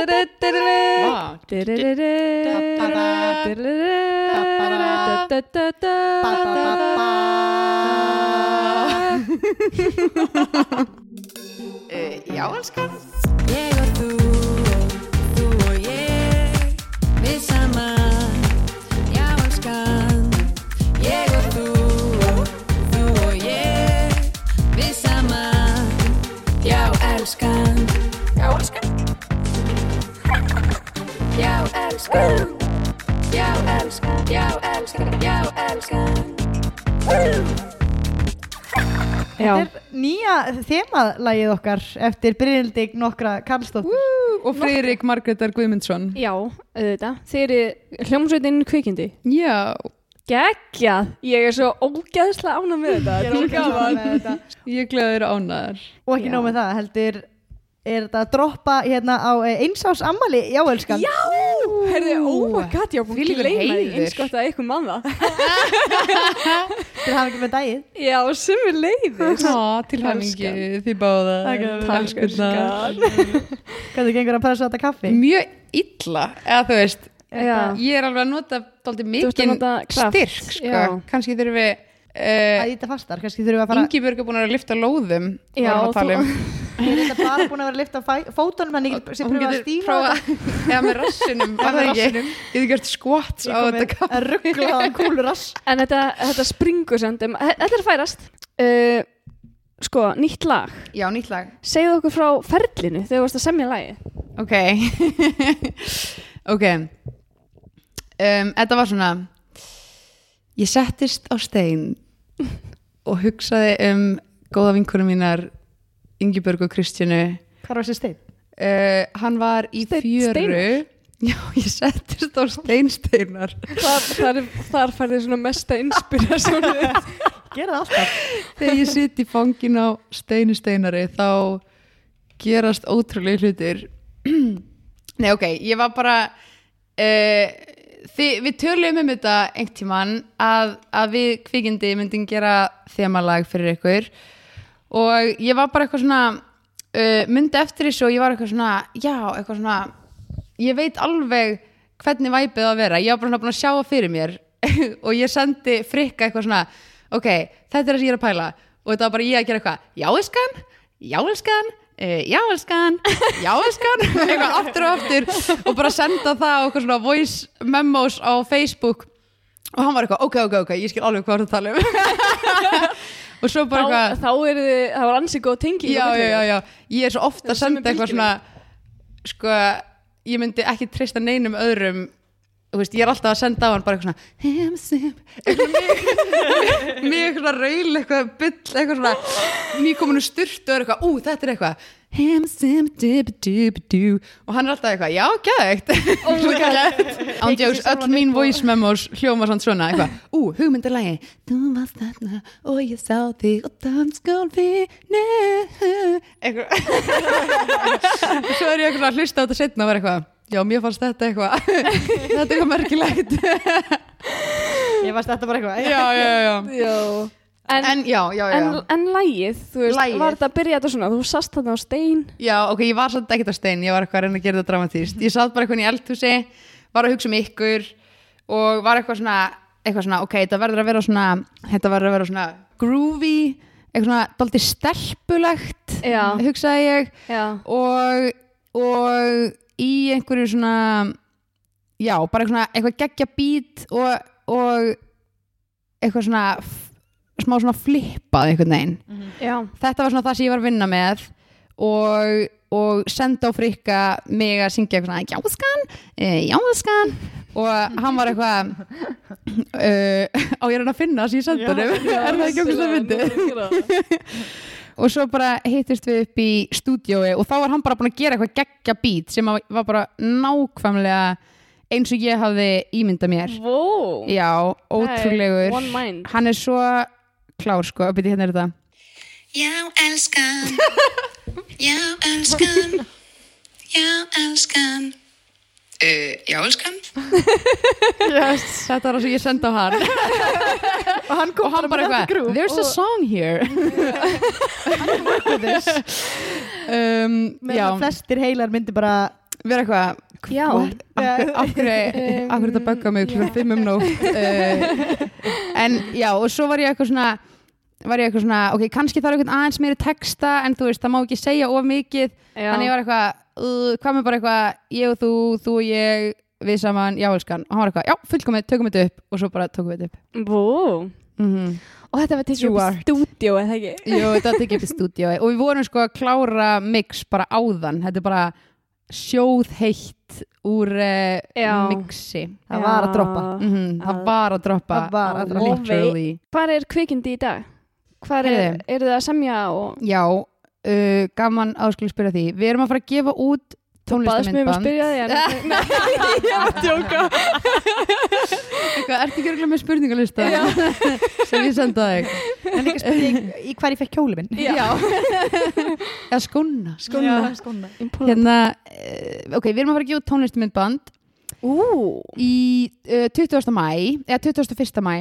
Vá. Já, elskan Ég og þú, þú og ég, við saman, já elskan. Ég og þú, þú og ég, við saman, já elskan. Já elskan. Já elskan. Já elskan, já elskan, já elskan. Já. Þetta er nýja þemalægið okkar eftir Brynildig nokkra Karlsdóttir. Og Freyrik Margreðar Guðmundsson Já, auðvitað. Þeir eru hljómsveitin kvikindi. Já, Geggjað. Ég er svo ógeðslega ánað með þetta. Þetta er svo gaman. ég gleður ánæðar Og ekki Já. nóg með það, heldur er þetta að droppa hérna á einsás ammali, já elskan. Já, herði, oh my god, ég var búin að Þvílíkur gleyma því heiður. eins gott að eitthvað mann það. Til hafa ekki með dagið. Já, sem er leiðis. Ná, til hamingi því báða Takk, elskan. Hvernig gengur að pressa þetta kaffi? Mjög illa, eða þú veist Já. Ég er alveg að nota daldið ert að mikinn nota kraft, styrk sko. já. Kannski þurfum við uh, Að íta fastar, kannski þurfum við að fara Ingibjörg er búin að lifta lóðum Já, vorum að tala um. Ég er þetta bara búin að vera að lifta fæ- fótunum Þannig að ég sem Hún pröfa að getur stífa prófað- eða með rassinum Já, var það með ekki, ég hef gert skvats á þetta þetta kapp Að ruggla á kúlurass En þetta, þetta springur samt. um- þe- Þetta er að færast. Uh, sko, nýtt lag. já, nýtt lag, Segðu okkur frá ferlinu þegar þú varst að semja lagið. ok ok um, þetta var svona ég settist á stein og hugsaði um góða vinkunum mínar Ingibjörg og Kristjánu Hvað var þessi stein? uh, hann var í Steinn fjöru Steinar? já, ég settist á steinsteinar Þar, þar, þar færði svona mesta inspirasjónu. Gerða alltaf þegar ég sitt í fangin á steinu steinari þá gerast ótrúlega hlutir Nei, ok, ég var bara uh, þi, við töluðum um þetta einhvern tímann að, að við kvikindi myndum gera þemalag fyrir ykkur og ég var bara eitthvað svona uh, myndi eftir þessu og ég var eitthvað svona já, eitthvað svona ég veit alveg hvernig væpið á að vera ég var bara svona búin að sjá það fyrir mér og ég sendi frikka eitthvað svona ok, þetta er það sem ég er að pæla og þetta var bara ég að gera eitthvað, já elskan já elskan, uh, já elskan já elskan, eitthvað aftur og aftur og bara senda það á eitthvað svona voice memos á Facebook og hann var eitthvað, ok, ok, ok, ég skil alveg hvað þú ert að tala um og svo bara þá, eitthvað þá er þið, það var ansið góð tengi. já, já, já, já, ég er svo oft Það að er senda sömu eitthvað svona sko, ég myndi ekki treysta neinum öðrum þú veist, ég er alltaf að senda á hann bara eitthvað svona "Hem, sem", eitthvað mjög- mjög svona raul eitthvað byll, eitthvað svona nýkominu styrt og er eitthvað, ú, þetta er eitthvað hem, sem, dip, dip, dú og hann er alltaf eitthvað, já, gæðegt oh ándjóks, öll mín voice memos hljóma samt svona, eitthvað ú, hugmyndalægi, þú varst þarna og ég sá þig og danskólfi eitthvað svo er ég eitthvað að hlusta á þetta setna og vera eitthvað já, mér fannst þetta eitthvað þetta er eitthvað merkilegt Ég varst þetta bara eitthvað já, já, já já. En, en, en já, já, já, en, lægið, þú veist, Lagið. var þetta að byrja þetta svona, þú sast þarna á stein. já, ok, ég var svolítið ekkert á stein ég var eitthvað að reyna að gera þetta dramatíst ég satt bara eitthvað í eldhúsi, var að hugsa um ykkur og var eitthvað svona eitthvað svona, ok, þetta verður að vera svona þetta verður að vera svona groovy eitthvað svona, daldið stelpulegt Já. hugsaði ég Já. og, og í einhverju svona já, bara svona eitthvað geggja bít og, og eitthvað svona f- smá svona flippað einhvern veginn Já. þetta var svona það sem ég var að vinna með og, og senda á frikka mig að syngja eitthvað svona jáskan, jáskan og hann var eitthvað uh, á ég er hann að finna það sem ég sendi honum er það ekki okkur sem myndið og svo bara hittist við upp í stúdiói og þá var hann bara búin að gera eitthvað geggja bít sem að- var bara nákvæmlega eins og ég hafði ímyndað mér Vó. já, ótrúlegur One mind. hann er svo klár sko, byrja hérna er þetta Já, elskan. Já, elskan. Já, elskan. Uh, já, elskan. Þetta var það sem ég sendi á hann og hann kom og hann bara eitthvað There's a song here um, með Já, það flestir heilar myndi bara vera eitthvað Já. what? Af af hverju af hverju þetta bögga mig klukkan fimm um nótt uh, En já, og svo var ég eitthvað svona var ég eitthvað svona, ok, kannski þarf eitthvað aðeins meiri texta en þú veist, það má ekki segja of mikið Já. þannig ég var eitthvað, uh, hvað með bara eitthvað ég og þú, þú og ég, við saman já, elskan, og hann var eitthvað, já, fullkomið, tökum þetta upp og svo bara tökum við þetta upp Vó. mm Og þetta var tekið You upp are. í stúdíó, eða ekki? Jú, þetta tekið upp í stúdíói og við vorum sko að klára mix bara áðan, þetta er bara sjóð heitt úr uh, Já. mixi það var að droppa mm það var að droppa Það var að droppa. Literally. Hvað er kvikindi í dag? Hvað er, Heyrðu. eru þið að semja og Já, uh, gaman áskil spyrja því við erum að fara að gefa út baðast mig um að tónlistamindband spyrja því? en- Nei, ég er að djóka. Eitthvað, ertu ekki örgulega með spurningalista Já. sem ég senda þig en líka spurning í hverju fekk kjólið minn Já. eða skóna Skóna. skonna hérna, uh, ok, við erum að fara að gefa út tónlistamindband Ú. í uh, 20. mæ eða 21. mæ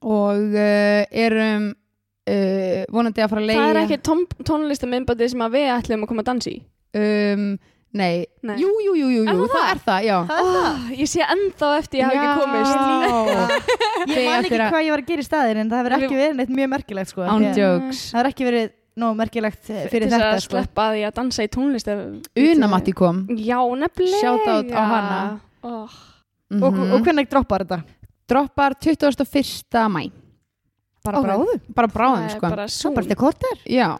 og uh, erum uh, vonandi að fara Það að er leiða ekki tónlistaminnbandi sem að við ætlum að koma að dansa í. um, nei, Nei. jú, jú, jú, jú, Er jú það það? það, er það, já Oh, ég sé ennþá eftir ég hafi ekki komist. komist ég Þegar man ekki þeirra- hvað ég var að gera í staðin en það hefur ekki Við- verið neitt mjög merkilegt sko án Því að jokes það hefur ekki verið nóg merkilegt eh, fyrir Til þess þetta að sko sleppa því að dansa í tónlist ef- Una Matti kom Já, nefnilega Shoutout á hana. oh. mm og, og hvernig droppar þetta? droppar 21. mæ bara Ok. bráðu bara bráðum Það er sko bara svo bara Zoom. þetta korter já,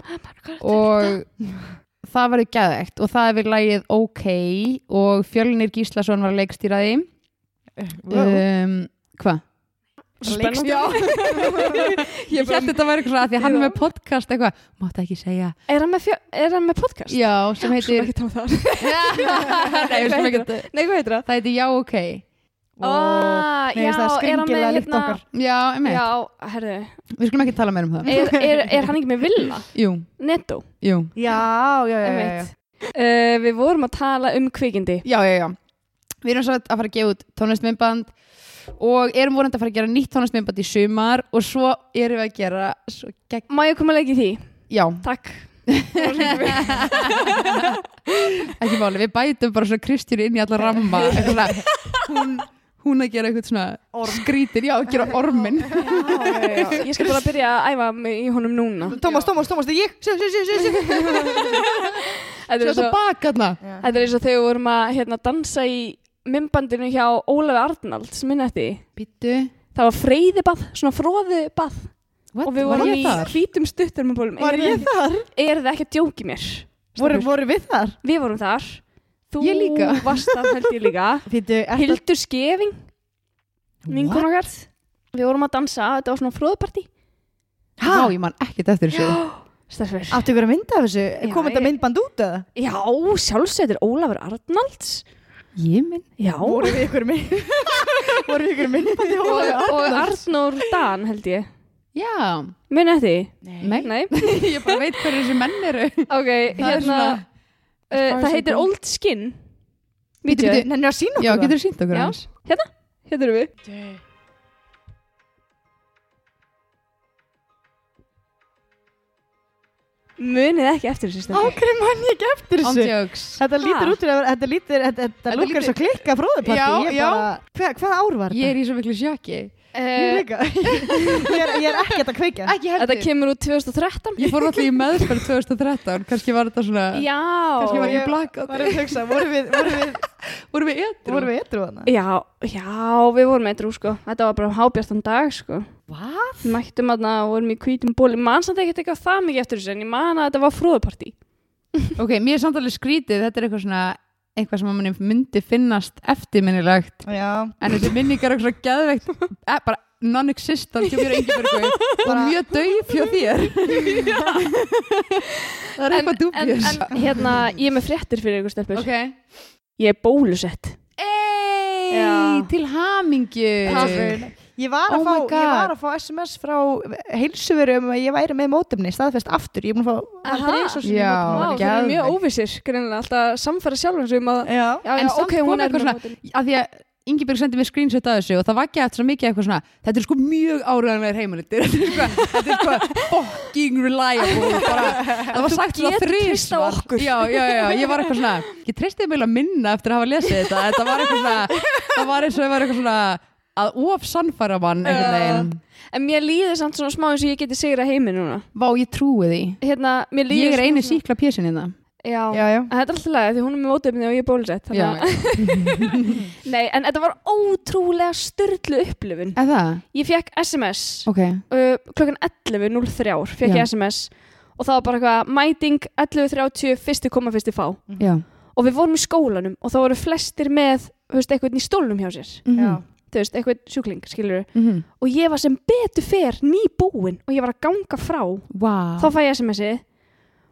og það verður geðvegt og það er við lagið OK og Fjölnir Gíslason var að leikstýra því Eh, um, hvað? Spennandi. Já. Ég held þetta væri eitthvað svona, af því að hann er Já. með podcast eitthvað, mátt ekki segja Er hann með, fjö, er hann með podcast? Já, sem Svo heitir ekki tala um það Nei, við skulum ekki- Nei, hvað heitir það? Það heitir Já, ok Ó, Ah, Nei, já, það er er hann með skringilega líkt hérna okkar Já, emmi, Já, Eh. herðu við skulum ekki tala meir um það er, er, er hann ekki með Villa? Jú, Netto jú Já, já, já, já, já. uh, Við vorum að tala um kvikindi Já, já, já Við erum svo að fara að gefa út tónlistmyndband og erum vonandi að fara að gera nýtt tónlistmyndband í sumar og svo erum við að gera svo gegn Má ég koma að leggja í því? Já, Takk ekki máli, við bætum bara svona Kristján inn í alla ramma eitthvað svona, hún, hún að gera eitthvað svona skrítir, já, að gera ormin Ég skal bara byrja að æfa mig í honum núna Tómas, Tómas, Tómas, það er ég sí, sí, sí, sí, sí. Þetta er svo- Svo þetta bak aðna þetta er eins og þegar við vorum að hérna, dansa í mymbandinu hjá Ólafi Arnalds minnetti Býttu, Það var freyðibað, svona fróðibað what, og við vorum ég í þar? hvítum stuttur með bólum Var ég þar? Er það ekki að djóki mér? Voru, Stelpur? voru við þar? Við vorum þar Þú Ég líka. varst það held ég líka Fýttu, Hildur Skeving Vinkun What? okkar Við vorum að dansa, þetta var svona fróðparti Há, ég man ekkert eftir þessu Stærfur Áttu ykkur að mynda af þessu? Já, Kom þetta ég- myndband út eða? Já, sjálfsveitir Ólafur Arnalds Ég minn Já Voru við ykkur mynd Voru við ykkur myndbandi Og, og Arnór Dan held ég Já, Minnetti? nei, Nei ég bara veit hverju þessu menn eru Ok, Það er hérna svona- uh, far as Það I heitir go. Old Skin Bíddu, bíddu. Nenni að sína Já, okkur getur þú sínt okkur Já. hans? Hérna, hérna erum við Munið ekki eftir þessu það? Á stefni hverju mann ég ekki eftir þessu? Ándjöks Þetta lítur Ha? út fyrir að þetta lítur, þetta, þetta Þetta lukkar lítur- svo klikka fróðuparti. Já, ég já. bara, hva, hvað ár var Ég þetta? er í svo miklu sjokki Ég uh, líka. ég, er, ég er ekkert að kveika. Ekki Þetta kemur út 2013 Ég fór alltaf í meðferð 2013 Kannski var þetta svona Já Kannski var Ég- ég blakað Var að hugsa, voru við, voru við, Vorum við edru? voru við ytrú þarna? Já, já, við vorum eitthvað sko Þetta var bara hábjartan dag sko Hvað? Við mættum aðna og vorum í hvítum ból Ég man samt ekkert eitthvað það mikið eftir þessu En ég man að þetta var fróðupartí Ok, mér er samt alveg skrítið Þetta er eitthvað svona eitthvað sem manni myndi finnast eftirminnilegt Já, en þessi minningar er eitthvað geðveikt eh, bara non-existent hjá mér engibjörgu og Bara- mjög döið hjá þér það er eitthvað en, dúbjör en hérna, ég er með fréttir fyrir ykkur stelpur ok Ég er bólusett Ey, Já. til hamingju Takk. Ég var, að Oh my fá, ég God. var að fá SMS frá heilsuveru um að ég væri með mótumni staðfest aftur, ég er búin að fá Aha. aldrei eins og sinni Já. Vá, mótumni það er mjög geðveikt. óvissir, greinilega, alltaf að samfæra sjálfum sig um að Já, Já, En já, samt ok, kom hún er eitthvað með svona- mótin. af því að Ingeborg sendi mér screenshot af þessu og það vakja eftir svo mikið eitthvað svona þetta er sko mjög áræðanlegar heimalitir þetta er sko, þetta er sko fucking reliable bara, það var sagt svona getur þrís treyst á okkur. já, já, já, ég var eitthvað svona ég treysti mig að minna eftir að hafa lesið þetta þetta var eitthvað svona það var eins og ég var eitthvað svona að of sannfæra mann einhvern veginn En mér líður samt svona smá eins og ég geti sigra heiminn núna. Vá, ég trúi því Hérna, mér líður... Ég er svona- eini síkla pjesin hérna Já. já, já. En Þetta er alltaf lagið því hún er með mótöfni og ég er bólusett. Já, þannig að- Nei, en þetta var ótrúlega styrlu upplifun. er það? Ég fekk SMS Ok uh, klokkan 11.03 fekk Já. ég SMS og það var bara eitthvað mæting 11.30 fyrstu koma fyrstu fá. Já, Og við vorum í skólanum og þá voru flestir með, þú veist, eitthvað í stólnum hjá sér. Já. Þú veist, eitthvað sjúkling, skilur Mhm. Og ég var sem betur fer nýbúin og ég var að ganga frá Vá þá fæ ég SMS-ið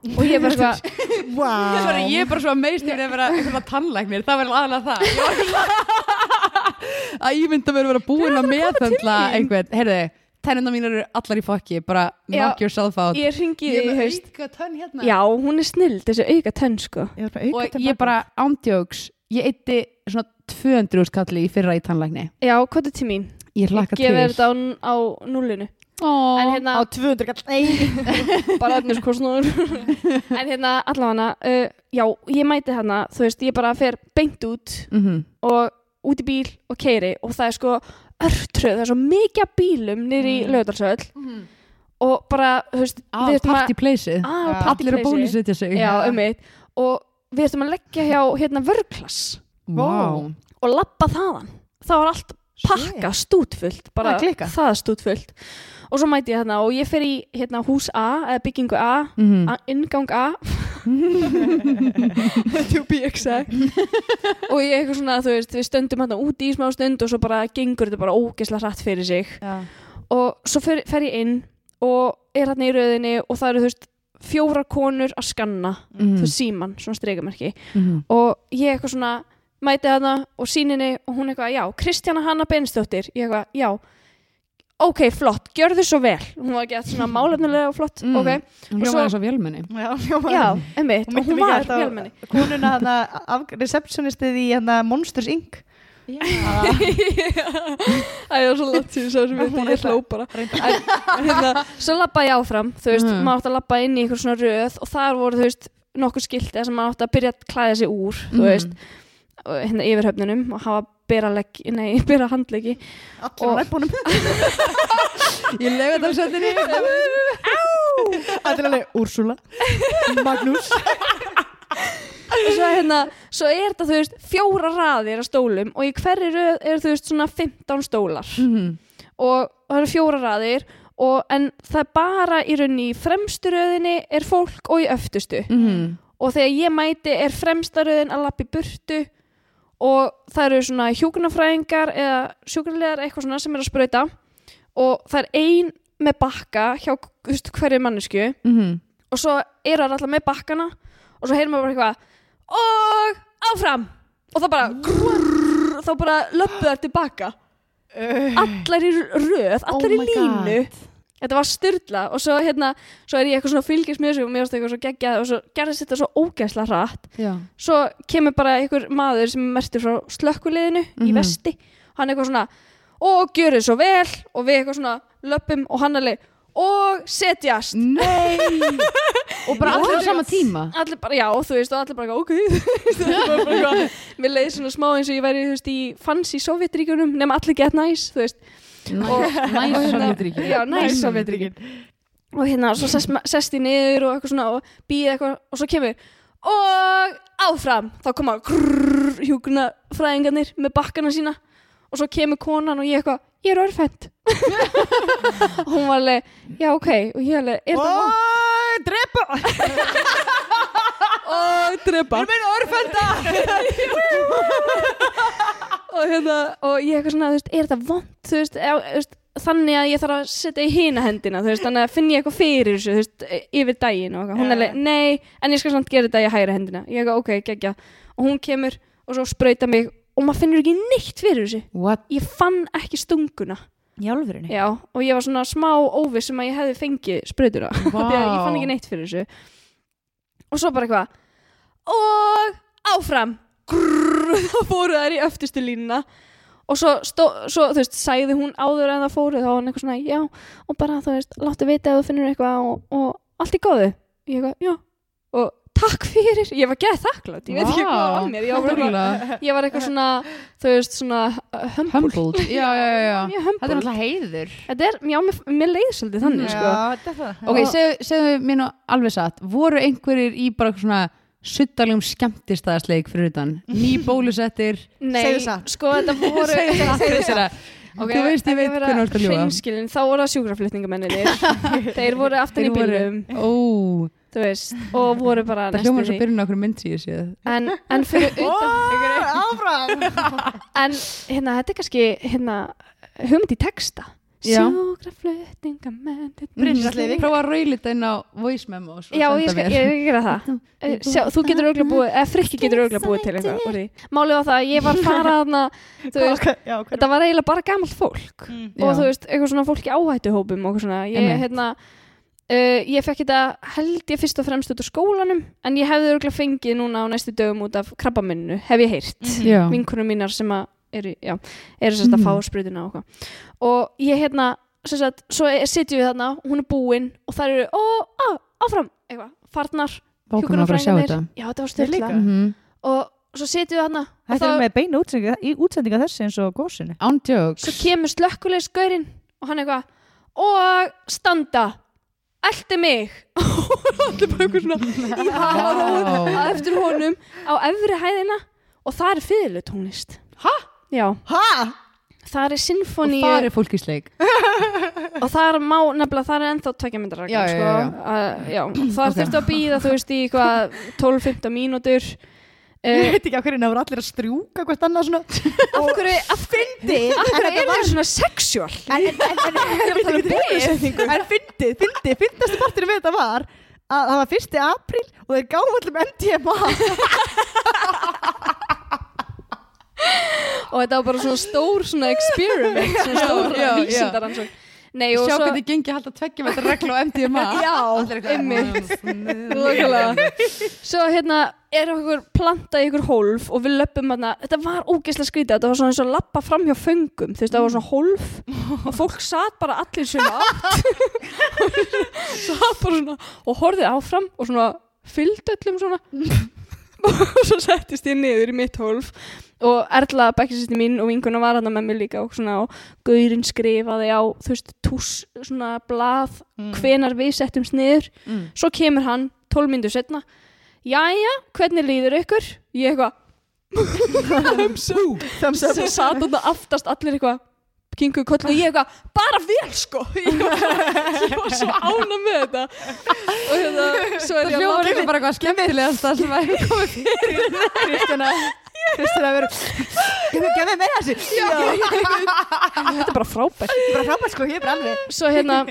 og ég bara sko, Svo Wow. er ég bara svo meist yfir að vera einhverja tannlæknir, það verður aðalega það Ég var svona- að ímynda mér að vera búin að meðhandla einhvern, heyrðu, tennina mín eru allar í fokki, bara knock Já, yourself out ég ringi í haust auka tönn hérna já, hún er snill, þessi auka tönn sko Ég var með Og auka hérna. ég bara ándjóks, ég eitti svona 200 kalli í fyrra í tannlækni já, hvað er til mín? Ég hlakka til gefið þetta á, á núlinu Ó, á en hérna, 200 kall, nei, bara önnur kostnúður en hérna, allavega uh, já, ég mæti hérna, þú veist, ég bara fer beint út mhm, og út í bíl og keiri og það er sko örtröð, það er svo mikið af bílum niður í mm. og bara, þú veist, Á, við erum að party place Ah, party Allir að place-ið. bólusetja sig já, um og við ættum að leggja hjá hérna vörglas Vá, og lappa þaðan það var allt pakka stútfullt Það bara er klikkað. það stútfullt og svo mæti ég hérna og ég fer í hérna, hús A eða byggingu A, Mhm. a inngang A to be exact og ég eitthvað svona þú veist við stöndum hérna úti í smá stund og svo bara gengur þetta bara ógesla hratt fyrir sig og svo fer, fer ég inn og er hérna í röðinni og það eru þú veist fjóra konur að skanna þú Mhm. Mm. veist síman, svona streikamerki Mhm. og ég eitthvað svona mæti hana og síninni og hún eitthvað, já, Kristjana Hanna Bensdóttir ég eitthvað, já ok, flott, gjörðu svo vel hún var gett svona málefnilega og flott Mm. ok, hún Og svo- hljómaði eins og vélmenni já, hljóma. já, emmitt, Hún myndi og hún mikið var þetta á velmenni konuna hana, af, receptionistið í hana Monsters Inc. Æ, það var svo langt síðan sá sem ég, Hún ég ætla- hló bara En, hérna, Svo labbaði ég áfram Þú veist, Mm. maður átti að labba inn í einhver svona röð og þar voru, þú veist, nokkur skilti sem maður átti að byrja að klæða sig úr Mm. þú Mhm. veist, og, hérna yfirhöfnunum og hafa bera, legg, nei, bera handleggi Allir Og- á næbúnum. Ég lega þetta að setja niður Allir alveg Úrsula, Magnús. og svo, hérna, svo er þetta, þú veist, fjóra raðir af stólum og í hverri röð eru, þú veist, svona 15 stólar Mm. og það eru fjóra raðir og, en það er bara í rauninni í fremstu röðinni er fólk og í öftustu og þegar ég mæti er fremstaröðin að lappa í burtu og það eru svona hjúkurnafræðingar eða sjúkurlegar eitthvað svona sem er að sprauta og það er ein með bakka hjá þú veist, hverju mannesku og svo eru það alltaf með bakkana og svo heyrum við bara eitthvað og áfram og það bara grrr, þá bara löppu þær tilbaka allar í röð, allar Oh í my línu Þetta var styrla og svo hérna, svo er ég eitthvað svona að fylgjast með þessu og mér varst eitthvað svo geggjað og svo gerðist þetta svo ógæsla hratt Já svo kemur bara einhver maður sem er mertur frá slökkuliðinu í Mhm. vesti hann eitthvað svona og gjörið svo vel og við eitthvað svona löpum og hann alveg og setjast Nei Og bara allir á What? sama tíma allir bara já þú veist og allir bara eitthvað, ok Þú veist, bara bara eitthvað- mér leiði svona smá eins og ég væri þú veist í fanns í Sovjetríkjunum nema allir get nice þú veist Næs og hérna- Sovjetríkjum já nice Sovjetríkjun og hérna svo sest, sest ég niður og eitthvað svona og býð eitthvað og svo kemur og áfram þá koma hjúkuna fræðingarnir með bakkana sína og svo kemur konan og ég eitthvað ég er örfend og hún var alveg, já ok og ég alveg, er það vant? Og drepa. og drepa ég meina örfenda og hérna og ég eitthvað svona, þú veist, er það vant þú veist, já, þú veist þannig að ég þarf að setja í hina hendina þú veist, þannig að finn ég eitthvað fyrir þessu þú veist, e, yfir daginn og eitthvað, hún er alveg, nei en ég skal samt gera þetta í hægra hendina ég eitthvað, ok, geggja, og hún kemur og svo sprauta mig og maður finnur ekki neitt fyrir þessu What? ég fann ekki stunguna í alvörinu Já, og ég var svona smá óviss um að ég hefði fengið sprautur á Vá. því að ég fann ekki neitt fyrir þessu og svo bara eitthvað og áfram grrr, þá fóru þær í öftustu línuna og svo, stó, svo þú veist, sagði hún áður en það fóru þá var hann eitthvað svona, já, og bara þú veist láttu vita ef þú finnur eitthvað og, og allt í góðu, ég eitthvað, já og takk fyrir, ég var geð þakklátt ég veit ekki hvað var á mér, ég var, bara, Ótrúlega. ég var eitthvað svona þú veist, svona uh, humble, Humbled, já, já, já, já. mjög Þetta er humble alltaf heiður Þetta er, já, mér, mér leiðir svolítið þannig, sko. Ok, Og- segðu, segðu mér nú alveg satt voru einhverjir í bara svona suttalegum skemmtistæðasleik fyrir utan ný bólusettir Nei, Segðu satt. sko, þetta voru... Segðu satt, segðu satt. Ok, Þú veist, ég ekki veit vera hvernig þú ert að ljúga. hreinskilin, þá voru það sjúkraflutningamennir. Þeir voru aftan í Þeir voru- bílum, Ó, þú veist, og voru bara það hljóma svo byrjun á okkur mynd sem ég séð En, en fyrir utan... Áfram en, hérna, þetta er kannski, hérna, hugmynd í texta. Já. Sjúkraflutningamennir. Brynjarsleifing. Mm. Prófa að raula þetta inn á voice memos og Já, senda ég skal, mér. ég skal gera það Eh, Sjá, þú getur auðvitað búið, eða Frikki getur auðvitað búið til eitthvað úr því. Málið var það að ég var farað þarna, þú Já, Mm, veist, hver- þetta var eiginlega bara gamalt fólk og Já. þú veist, eitthvað svona fólk í áhættuhópum og eitthvað svona, ég, Einmitt. hérna uh, ég fekk þetta held ég fyrst og fremst út úr skólanum, en ég hefði örgulega fengið núna á næstu dögum út af krabbaminu hef ég heyrt, mm. Já. Mhm. vinkunum mínar sem að eru, já, eru sérst að fá sprutina og eitthvað, og ég hérna sérst, svo er- sitjum við þarna hún er búin og það eru, ó, á, áfram eitthvað, farnar, Vá, hvað maður að fara að sjá hjúkrunarfræðingarnir. þetta já, þetta var Ég líka. styrla Mhm. og svo sitjum við þarna og Þetta þá- er með beina útsendinga, í útsendinga þessi eins og gósinu Án jokes svo kemur slökkulegsgaurinn og hann eitthvað og standa eldi mig og hann er bara eitthvað svona í harúð Vá. að eftir honum á efri hæðina og það er fyrirlu tónlist hæ? já, Ha? það er Og sinfóníu það er fólk í sleik og þar má, nefnilega þar er ennþá tvekja myndar Já, já, sko. já, Uh, já. þar Ok. þurfti að býða þú veist í hvað 12-15 mínútur Ég uh, veit ekki af hverju nefnir allir að strjúka hvert annað svona af hverju af hverju, Fyndið, af en hverju þetta er það var svona sexual En, en, en, en, en, en, en, en fyndið, fyndið, fyndast partur við þetta var að það var 1. apríl og þeir gáðum allum NDMA og þetta var bara svona stór svona experiment, svona stór Já, já, já. vísindaransókn Nei, og Sjá svo, hvernig gengi að halda tveggjum þetta regla á MDMA Já, Allir eitthvað, einmitt. mm, Nákvæmlega. svo hérna er okkur planta í ykkur hólf og við löppum hérna, þetta var ógeðslega skrítið þetta var svona eins og að lappa fram hjá föngum þú veist, það var svona hólf og fólk satt bara allir sem átt satt bara svona og horfið áfram og svona fylgd öllum svona og svo settist ég niður í mitt hólf og Erla bekkisýsti mín og vinkuna var hann með mér líka og svona og gaurinn skrifaði á þú veist, tús svona blað hvenar við settum sniður Mm. svo kemur hann 12 myndu setna jæja, hvernig líður ykkur? ég eitthvað thumbs up Thumbs up. sem satt hann aftast allir eitthvað kingu kollu og ég eitthvað bara vel sko ég var, ég var svo ána með þetta og hérna svo er ég Það að hljómar labba- eitthvað bara eitthvað skemmtilegast það sem að hefur komið Kristjana Kristjana verður Gæmið meira þessu Já, þetta er bara frábært Ég er bara frábært sko, ég er bara alveg svo hérna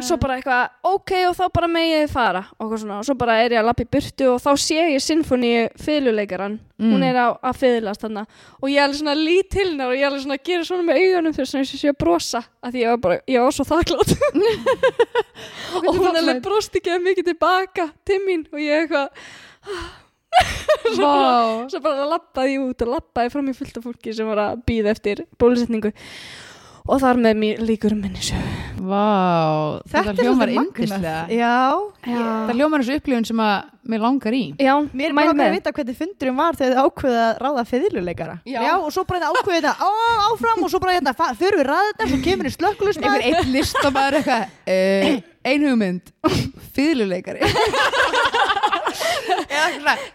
svo bara eitthvað ok og þá bara megið þið fara og, eitthvað svona, og svo bara er ég að lappa í burtu og þá sé ég sinfoníu fiðluleikaran hún er á, að fiðlast þarna og ég er alveg svona lít til hennar og ég er alveg svona að gera svona með augunum fyrir svona eins og sé að brosa af því ég var bara, ég var svo þakklátt og hún þakklæt. alveg brosti ekki mikið tilbaka til mín og ég eitthvað "Ah." Vá svo bara lappaði ég út og lappaði fram í fullt af fólki sem var að býða eftir bólusetningu og þar með mér líkur minni sög Vá Þetta svolítið hljómar magnað. yndislega Já Já, Það hljómar eins og upplifun sem að mér langar í Já Mér er mæli bara okkur með. að vita hvernig fundurum var þegar þið ákveðið að ráða fiðluleikara Já. og svo bara þetta ákveðið þetta á- áfram og svo bara þetta fa- förum við ræða þetta svo kemur í Einhver slökkulismæður einn listamæður eitthvað eh, Ein hugmynd Fyðluleikari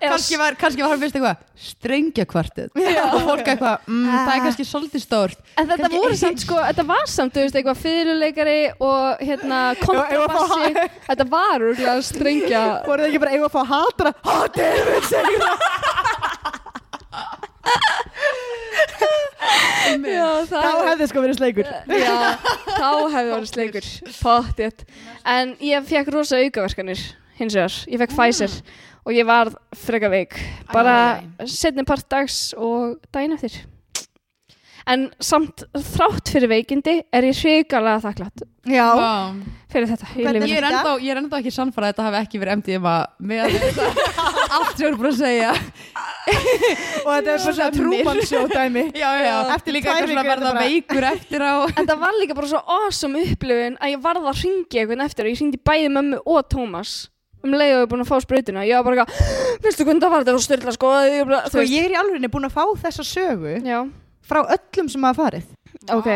kannski, var- kannski var hann vist eitthvað Strengjakvartet Og fólk eitthvað, mm, það er kannski svolítið stórt En þetta Kannski- voru samt sko, þetta var samt, þú veist, eitthvað fyrirleikari og hérna kontrabassi, þetta var úrlega strengja. Voruð þið ekki bara eigum að fá hatra Hatir við segjum Já, það, Þá hefði sko verið sleikur já, þá hefði orðið sleikur, pottet. En ég fekk rosa aukaverkanir, hins vegar, ég fekk Pfizer og ég var freka veik, bara Æ, setni part dags og daginn eftir. en samt þrátt fyrir veikindi er ég hrigalega þakklátt Já, Vá. fyrir þetta í Hvernig- Ég lífinu. er, ennþá, ég er ennþá ekki sannfærað að þetta hafi ekki verið MDMA með þetta allt sem ég er búin að segja og þetta er bara svona trúmannsjó dæmi já, já, Eftir eftir líka tvær vikur er eitthvað svona verða þetta bara- veikur eftir á En það var líka bara svo awesome upplifun að ég varð að ringi einhvern eftir og ég syndi bæði mömmu og Tómas um leið og ég er búin að fá sprautina og ég var bara eitthvað, veistu hvernig það var þetta var styrla sko, ég bara, Sko ég er í alvegni búin að fá þessa sögu já, frá öllum sem hafa farið ok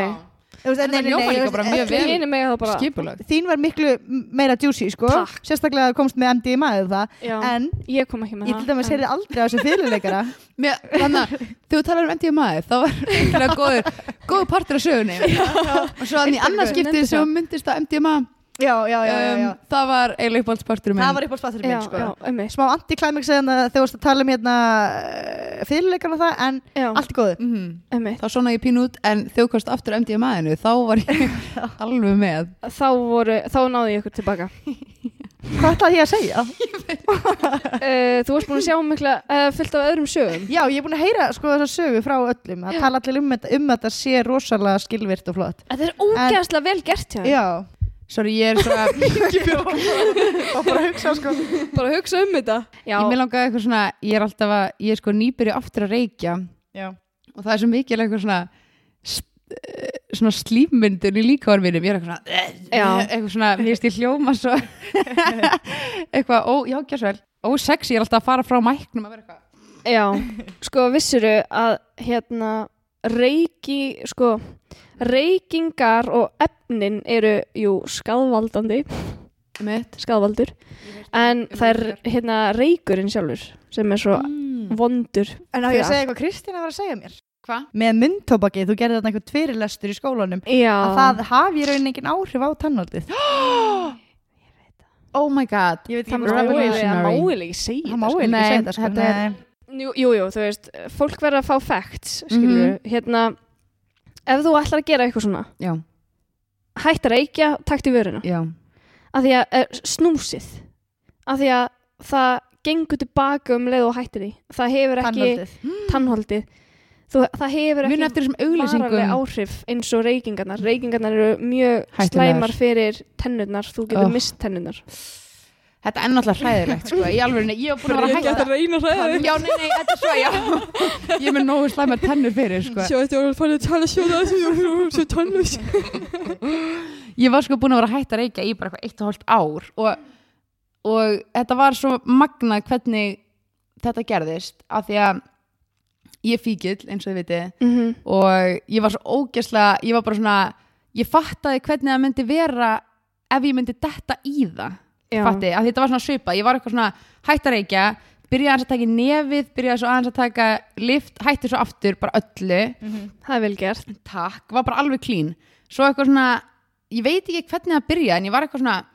Þú veist, En það hljómar líka bara mjög Við Vel- einu mig það bara, skipulag Þín var miklu m- meira juicy sko Takk. Sérstaklega að komst með MDMA eða það já, En ég kom ekki með ég það til dæmis en- heyrði aldrei á þessu fyrirleikara Mér, þannig að þú talar um MDMA þá var einhverja góður góður partur af sögunni og svo þannig annars skiptið sem myndist á MDMA Já, já, já, já, um, já. það var eiginlega uppáhaldspartur Það minn var upp á spatturinn já, minn sko já, einmitt, Smá antiklæmix eða þegar þú varst að tala um hérna fyrirleikarna það En já, allt í góðu Mhm. einmitt. þá svona ég pínu út en þau komst aftur MDMA-inu þá var ég alveg með Þá, voru, þá náði ég ykkur tilbaka Hvað ætlaði ég að segja? uh, Þú varst búin að sjá mikla uh, fullt af öðrum sögum Já, ég er búin að heyra sko þessa sögu frá öllum að tala allir um þetta, um þetta sé rosalega skilvirt og flott. Þetta er ógeðslega vel gert hjá þér. Já, sorry ég er svo að og bara hugsa sko Bara hugsa um þetta Já, ég með langaði eitthvað svona ég er alltaf að ég er sko nýbyrju aftur að reykja Já, og það er svo mikil eitthvað svona st- eh, svona slímmyndun í líkavarminum ég er eitthvað svona eh, Já. eitthvað svona, mér finnst ég hljóma svo eitthvað, ó, já, gjörsvel ó, sexy, ég er alltaf að fara frá mæknum að vera eitthvað Já, sko vissuru að hérna reiki, sko reykingar og efnin eru jú skadvaldandi Mitt. skadvaldur en það er hérna reykurinn sjálfur sem er svo Mm. vondur en á ég Já. að segja eitthvað Kristina var að segja mér. Hva? Með myndtóbakið, þú gerði þarna eitthvað tverilestur í skólanum að Já, það hafi í raunin engin áhrif á tannaldið. Oh my god Ég veit það ekki má eiginlega- Revolutionary. má eiginlega ekki segja Það þetta, má eiginlega sko. ekki Nei, segja þetta sko. þetta er- Nei. Jú, jú, jú, þú veist, fólk verður að fá facts, skilur Mhm. hérna, ef þú ætlar að gera eitthvað svona, Já, hætt að reykja, takt í vöruna, já, af því að eh, snúsið, af því að það gengur tilbaka um leið og hættir því, það hefur ekki Mm. tannholdið, Tannaldið. þú, það hefur muna ekki eftir þessum varanleg auglýsingum áhrif eins og reykingarnar, reykingarnar eru mjög Hættulegar. slæmar fyrir tennurnar, þú getur Oh. mist tennurnar. Þetta er náttúrulega hræðilegt, sko, í alveg ég var búin að vera að hætta reyna ræðið. Já, nei, nei, þetta er svo, já Ég er með nógu slæmar tennur fyrir, sko þetta var fannig að tala sjóða þessu tannlaus. ég var sko búin að vera hægt að reykja í bara eitthvað eitt og hálft ár og, og þetta var svo magna hvernig þetta gerðist af því að ég er fíkill eins og þið viti Mhm. og ég var svo ógeslega, ég var bara svona ég fattaði hvernig það myndi vera ef ég myndi detta í það fatti, af því þetta var svona svipa ég var eitthvað svona hægt að reykja byrjaði aðeins að taka í nefið, byrjaði svo aðeins að taka lift, hætti svo aftur, bara öllu Það er vel gert. takk, var bara alveg clean svo eitthvað svona, ég veit ekki hvernig það byrja en ég var eitthvað svona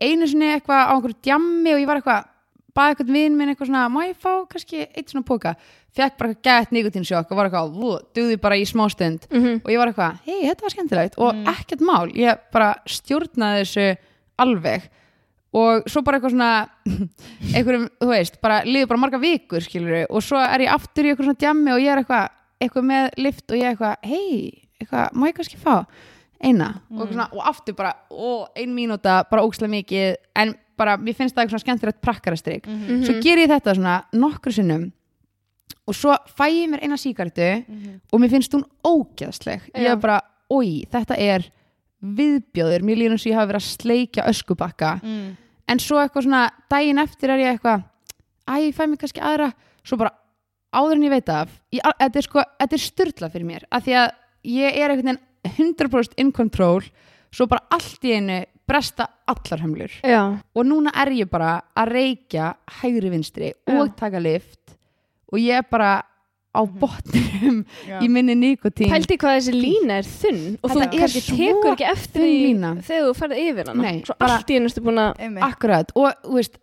einu sinni eitthvað á einhverju djammi og ég var eitthvað baði eitthvað vinn minn eitthvað svona má ég fá kannski eitt svona póka fekk bara eitthvað gett nikotinsjokk og var eitthvað vú, dugði bara í smástund Mhm. og ég var eitthvað, hei, þetta var skemmtilegt og ekkert mál, ég bara stjórnaði þessu alveg og svo bara eitthvað svona einhverjum, þú veist, bara liður bara marga vikur skilur og svo er ég aftur í eitthvað svona djammi og ég er eitthvað, eitthvað með lift og ég er eitthvað, hei, eitthvað, má ég kannski fá eina og, eitthvað svona, og aftur bara, ó, ein mínúta bara ókslega mikið, en bara mér finnst það eitthvað svona skemmtilegt prakkarastrygg Mhm. svo ger ég þetta svona nokkru sinnum og svo fæ ég mér eina síkartu og mér finnst hún ógeðsleg ég Já. er bara, oi, þetta er viðbjóður, mér líður eins og ég hafa verið að sleikja öskubakka Mm. en svo eitthvað svona, daginn eftir er ég eitthvað æ, ég fæ mér kannski aðra svo bara, áður en ég veit af ég, al- þetta er sko, þetta er styrla fyrir mér af því að ég er einhvern veginn 100% in control svo bara allt í einu bresta allar hömlur Já, og núna er ég bara að reykja hægri vinstri og taka lift og ég er bara á botnum Já. í minni nikotín pældi hvað þessi lína er þunn og þú Þetta er kannski svo tekur ekki eftir þunn því lína. þegar þú ferði yfir hana. Nei, Svo bara- allt í hennustu búin að... Einmitt. akkurat og þú veist,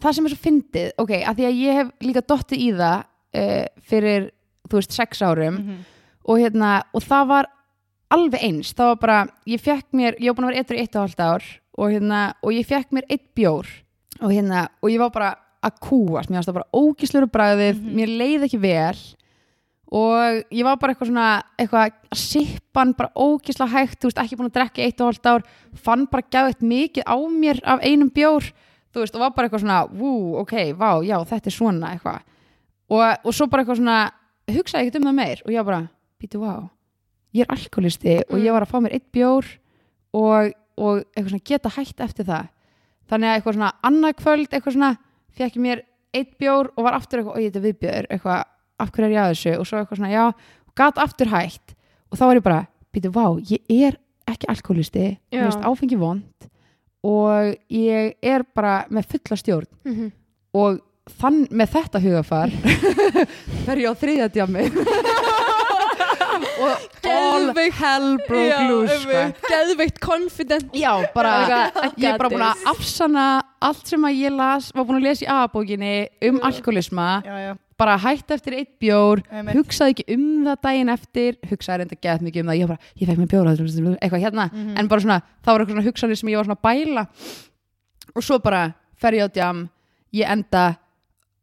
það sem er svo fyndið ok, að því að ég hef líka dottið í það uh, fyrir, þú veist, sex árum Mhm. og hérna, og það var alveg eins, það var bara ég fekk mér, ég var búin að vera eittur í eitt og halvt ár og hérna, og ég fekk mér eitt bjór og hérna, og ég var bara að kúast, mér varst það bara ógíslur bræðið, mér leið ekki vel og ég var bara eitthvað svona eitthvað að sippan bara ógisla hægt þú veist, ekki búin að drekka í eitt og hálft ár fann bara gæðið mikið á mér af einum bjór, þú veist, og var bara eitthvað svona vú, ok, vá, já, þetta er svona eitthvað, og, og svo bara eitthvað svona hugsaði ekkert um það meir og ég var bara, býtu, vá, ég er alkoholisti og ég var að fá mér eitt bjór og, og eitthvað svona geta hægt eftir það, þannig að eitthvað svona annarkvöld, eitthvað svona, fekk ég mér eitt bjór og var aftur eitthvað, og ég þetta viðbjör eitthvað, af hverju er ég að þessu og svo eitthvað svona, já, og gat aftur hægt og þá var ég bara, býtu, vá, ég er ekki alkoholisti, Já. mér finnst áfengi vond og ég er bara með fulla stjórn Mhm. og þann, með þetta hugafar fer ég á þriðja djami og all hell broke loose sko. geðveikt confident Já, bara Eitthvað, ég er bara got búin að this. afsanna allt sem að ég las, var búin að lesa í A-bókinni um alkoholisma, já, já. bara hætt eftir eitt bjór, Einmitt. hugsaði ekki um það daginn eftir, hugsaði reynda gett mikið um það, ég bara, ég fekk mér bjóra, eitthvað hérna, Mhm. en bara svona, það var eitthvað svona hugsanir sem ég var svona að bæla og svo bara fer ég á djam, ég enda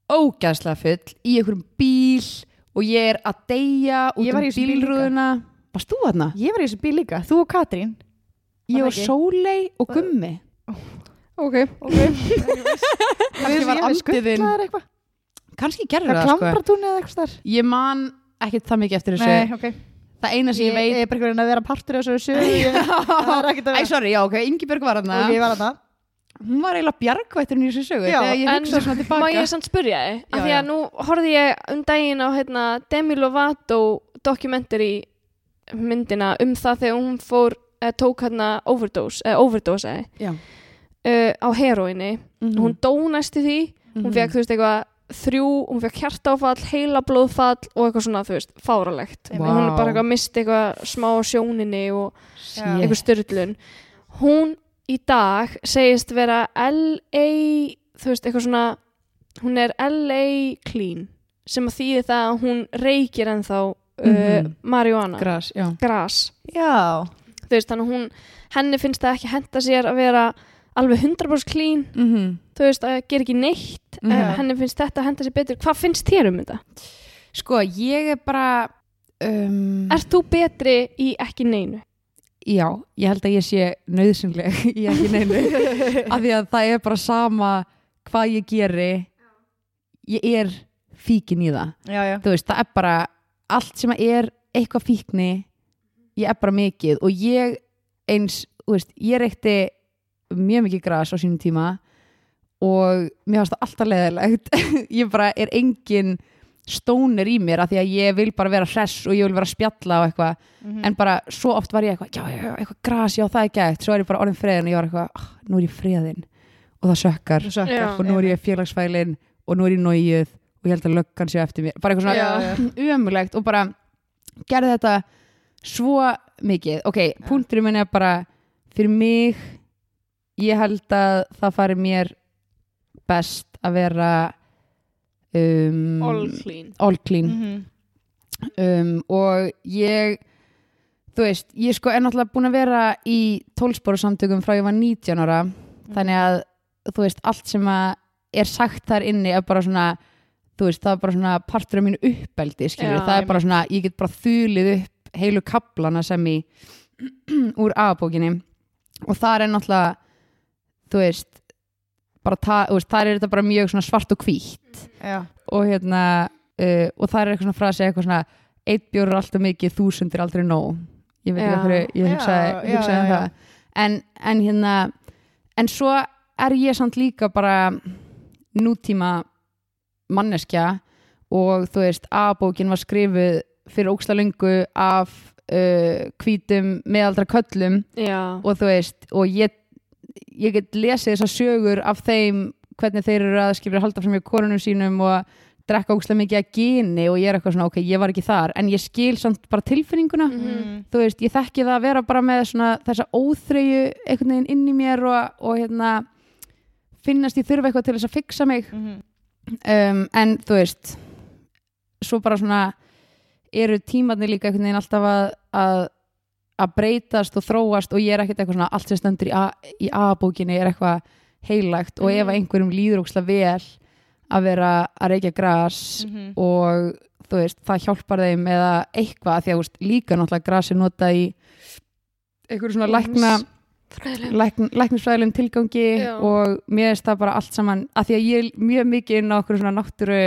ógæðslega full í einhverjum bíl og ég er að deyja út Ég var í um þessum bíl líka. bílrúðuna. Varst þú þarna? Ég var í þessu bíl líka, þú og Katrín Ég það og ekki? Sólei og Gummi. okay. kannski var sko. andiðin eitthvað kannski gerður Það það, sko klambratúni eða eitthvað þar ég man ekkert það mikið eftir þessu ok það eina sem ég, Ég er bara einhvern veginn að vera partur í þessu sögu ég- Það er ekkert að veit æ, sorry, já, ok, Ingibjörg var hann Ok, ég var að það hún var eiginlega bjargvætturinn í þessu sögu Já, þegar ég en- hugsa svona Má tilbaka ég samt spyrja þið? Af Já, því já. að nú horfði ég um daginn á hérna, Demi Lovato dokumentari myndina um það þegar hún fór eh, tók hérna overdose, eh, overdosaði Já. eh, á heroinni Mhm. hún dónæsti því, hún fekk þú veist eitthvað þrjú, hún fekk hjartáfall, heila blóðfall og eitthvað svona þú veist, fáralegt Einmitt. hún Vá. bara eitthvað misti eitthvað smá á sjóninni og Shit. einhver styrlun hún í dag segist vera LA þú veist, eitthvað svona hún er LA clean sem að þýði það að hún reykir ennþá mm Mhm. marihuana, gras, já gras Já, þú veist, þannig að hún, henni finnst það ekki henda sér að vera alveg 100% clean mm -hmm. þú veist, að gera ekki neitt mm Mhm. henni finnst þetta að henda sér betur hvað finnst þér um þetta? sko, ég er bara um, Ert þú betri í ekki neinu? já, ég held að ég sé nöðsynleg í ekki neinu af því að það er bara sama hvað ég geri ég er fíkin í það já, já þú veist, það er bara allt sem er eitthvað fíkni ég er bara mikið og ég eins, þú veist, ég reykti mjög mikið gras á sínum tíma og mér finnst það alltaf leðilegt ég bara er engin stónir í mér af því að ég vil bara vera hress og ég vil vera að spjalla og eitthvað Mhm. Mm. en bara svo oft var ég eitthvað já, já, já, eitthvað gras, já, það er gætt svo er ég bara orðin freðin og ég var eitthvað ah, nú er ég freðin og það sökkar Þú sökkar. Já. og nú er ég félagsfælin og nú er ég náið og ég held að löggan sé eftir mér bara Já, eitthvað svona umulegt og bara gerði þetta svo mikið ok, punkturinn minn er bara fyrir mig ég held að það fari mér best að vera um, clean all clean Mhm. um, og ég þú veist, ég sko er náttúrulega búin að vera í tólsporu samtökum frá ég var 19 ára þannig að þú veist, allt sem að er sagt þar inni er bara svona þú veist, það er bara svona partur af mínu uppeldi skilur, Já, það er bara svona, ég get bara þulið upp heilu kaplana sem í úr A-bókinni og þar er náttúrulega þú veist, bara ta, þú veist, þar er þetta bara mjög svona svart og hvítt Já, og hérna uh, og það er eitthvað svona frasi eitthvað svona eitt bjór er alltaf mikið, þúsund er aldrei nóg ég veit ekki Já. af hverju, ég hugsaði, Já, já, hugsaði um já, já. það en, en hérna en svo er ég samt líka bara nútíma manneskja og þú veist, A-bókin var skrifuð fyrir óksla löngu af uh, hvítum meðaldra köllum Já, og þú veist og ég, ég get lesið þessar sögur af þeim hvernig þeir eru að skilur halda fram í korunum sínum og drekka ógstlega mikið að gini og ég er eitthvað svona ok, ég var ekki þar en ég skil samt bara tilfinninguna Mm. þú veist, ég þekki það að vera bara með svona, þessa óþreyju einhvern veginn inn í mér og, og hérna finnast ég þurfa eitthvað til þess að fixa mig Mhm. um, en þú veist svo bara svona eru tímarnir líka einhvern veginn alltaf að, að að breytast og þróast og ég er ekkert eitthvað svona allt sem stendur í A- í A-bókinni er eitthvað heilagt Mm. og ef að einhverjum líður ókslega vel að vera að reykja gras Mhm. og þú veist, það hjálpar þeim eða eitthvað, því að þú veist, líka náttúrulega grasi nota í einhverju svona lækna lækn, læknisfræðilegum tilgangi Já. og mér finnst það bara allt saman að því að ég er mjög mikið inn á okkur svona náttúru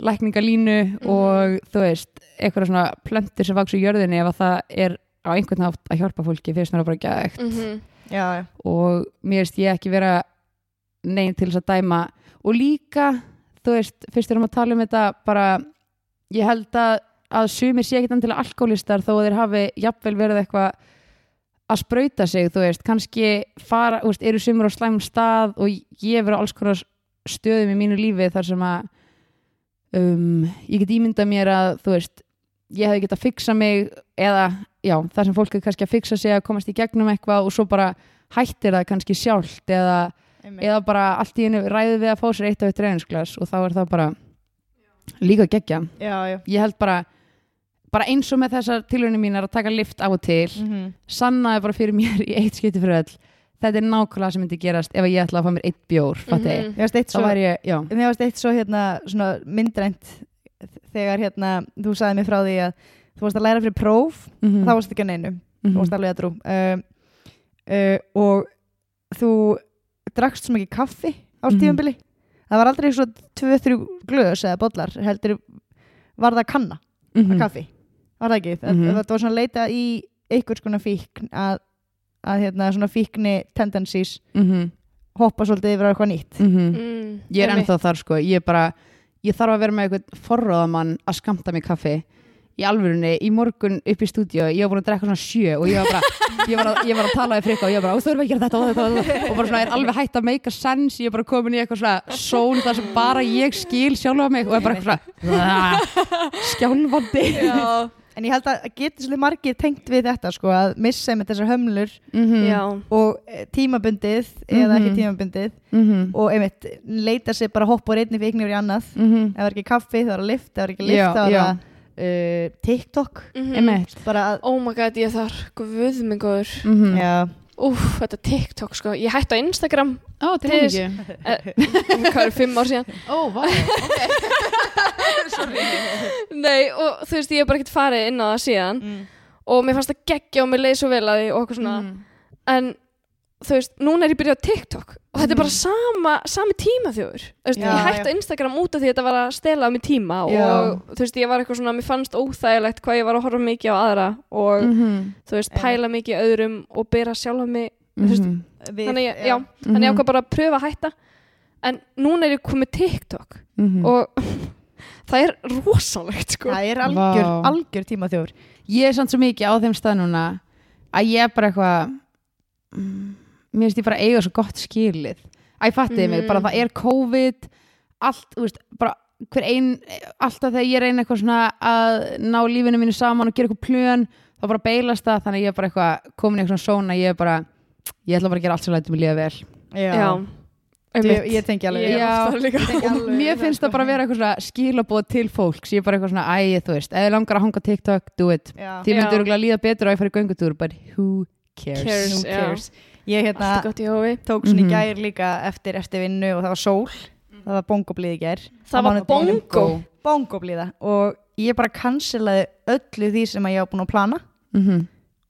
lækningalínu og þú veist, eitthvað svona plöntir sem vaks í jörðinni ef að það er á einhvern nátt að hjálpa fólki fyrst mér að bara geða mm -hmm. já, já. og mér finnst ég ekki vera negin til þess að dæma og líka, þú veist, fyrst erum að tala um þetta bara, ég held að að sumir sé ekkit endilega alkoholistar þó að þeir hafi jafnvel verið eitthvað að sprauta sig, þú veist kannski fara, þú veist, eru sumir á slæmum stað og ég verið á alls konar stöðum í mínu lífi þar sem að um, ég get ímynda mér að, þú veist ég hefði getað að fixa mig eða, já, þar sem fólk er kannski að fixa sig að komast í gegnum eitthvað og svo bara hættir það kannski sjálft eða, Einmitt. eða bara allt í einu ræðið við að fá sér eitt af eitt reynsglas og þá er það bara líka geggja já, já. ég held bara, bara eins og með þessar tilhörinu mín er að taka lift af og til Mm -hmm. sannaði bara fyrir mér í eitt skipti fyrir öll þetta er nákvæmlega sem myndi gerast ef ég ætla að fá mér eitt bjór, fatti mm Ég varst eitt þá svo, væri ég, já, mér varst eitt svo hérna, svona myndrænt þegar hérna, þú sagði mér frá því að þú varst að læra fyrir próf mm þá varst ekki að neinu, mm þú varst alveg að drú um, uh, og þú drakst svo mikið kaffi á Mhm. stífumbili það var aldrei svo 2-3 glöðs eða bollar, heldur var það kanna mm mm. kaffi var það ekki, mm Mhm. þetta var svona að leita í einhvers konar fíkn að, að hérna, svona fíkni tendencies Mhm. hoppa svolítið yfir á eitthvað nýtt mm. ég er ennþá þar sko ég er bara, ég þarf að vera með eitthvað forróðamann að skamta mig kaffi í alvörunni, í morgun upp í stúdíu ég var búin að drekka svona sjö og ég var bara ég var að, ég var að tala við frikka og ég var bara "Ó, þú erum að gera þetta og þetta og, þetta." og bara svona er alveg hægt að make a sense ég er bara komin í eitthvað svona són þar sem bara ég skil sjálfa mig og er bara eitthvað svona "Ah, skjálfandi já, en ég held að geti svolítið margir tengt við þetta sko, að missa með þessar hömlur Mm. já, og eh, tímabundið eða Mhm. ekki tímabundið Mhm. og einmitt leita sér bara hoppa úr einni fíkni úr í annað Mhm. ef það er ekki kaffi, það var að lift, það var ekki lift Já, það var já. að uh, TikTok Mhm. Einmitt. bara að oh my god, ég er þar guð mig góður, Mhm. já, úf, þetta TikTok sko ég hætti á Instagram, Ó, til Til- hamingju. hvað er fimm ár síðan Ó, vá. Nei, og þú veist, ég hef bara ekkert farið inn á það síðan og mér fannst það geggja og mér leið svo vel að því og okkur svona Mhm. en þú veist, núna er ég byrjað á TikTok og þetta er bara sama, sami tíma þjóður þú veist, Já, ég hætti á Instagram út af því að þetta var að stela á mér tíma Já. og þú veist, ég var eitthvað svona, mér fannst óþægilegt hvað ég var að horfa mikið á aðra og Mhm. þú veist, pæla mikið í öðrum og byrja sjálfa mig þú veist, Mhm. við, þannig, ég, já, þannig ég ákvað bara að pröfa að hætta en núna er ég komið TikTok Mhm. og það er rosalegt sko það er algjör, Vá. algjör tímaþjófur ég er samt svo mikið á þeim stað núna að ég er bara eitthvað mm, mér finnst ég bara eiga svo gott skilið að ég fatti mig, Mhm. bara það er COVID allt, þú veist, bara hver ein, alltaf þegar ég reyna eitthvað svona að ná lífinu mínu saman og gera eitthvað plön, þá bara beilast það þannig að ég er bara eitthvað komin í eitthvað svona ég er bara, ég ætla bara að gera allt sem lætur mig líða vel já, Já, Ég, einmitt. ég tengi alveg Ég við. er Já. oft þar líka. og mér finnst það bara að vera eitthvað svona skilabóð til fólks, ég er bara eitthvað svona, æ, þú veist ef þið langar að hanga á TikTok, do it Já. því Já. myndur örugglega líða betur á að ég fara í göngutúr but who cares, Cares. Who Já. cares? ég hérna Allt er gott í hófi. tók svona Mhm. í gær líka eftir eftir vinnu og það var sól Mhm. það var bongoblíð í gær Það Á var mánudeginum. bongo. bongoblíða og ég bara cancelaði öllu því sem að ég var búin að plana mm -hmm.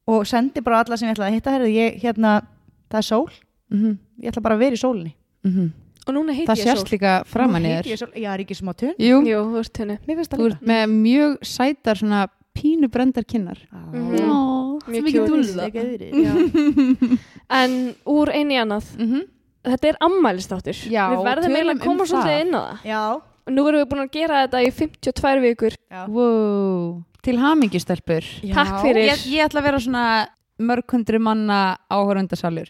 og sendi bara alla sem ég ætlaði að hitta herrið ég, hérna, það er sól, ég ætla bara að vera í sólinni Og núna heiti mhm, það ég sést sól. líka framan í Nú heiti þér ég sól, já, er ekki smá tön Jú, Jú, þú ert hérna. henni. mér finnst það þú ert líka með mjög sætar svona pínu brendar kinnar Mhm. Ó, Mjög svo mikið cute. dúlla En úr einu í annað, Mhm. þetta er ammælistáttur. Já, Við tölum verðum eiginlega um að koma það. svolítið inn á það. já, Og nú erum við búin að gera þetta í 52 vikur. Wow. til hamingistelpur já. Takk fyrir. ég, ég ætla að vera svona mörg hundru manna áhörundasalur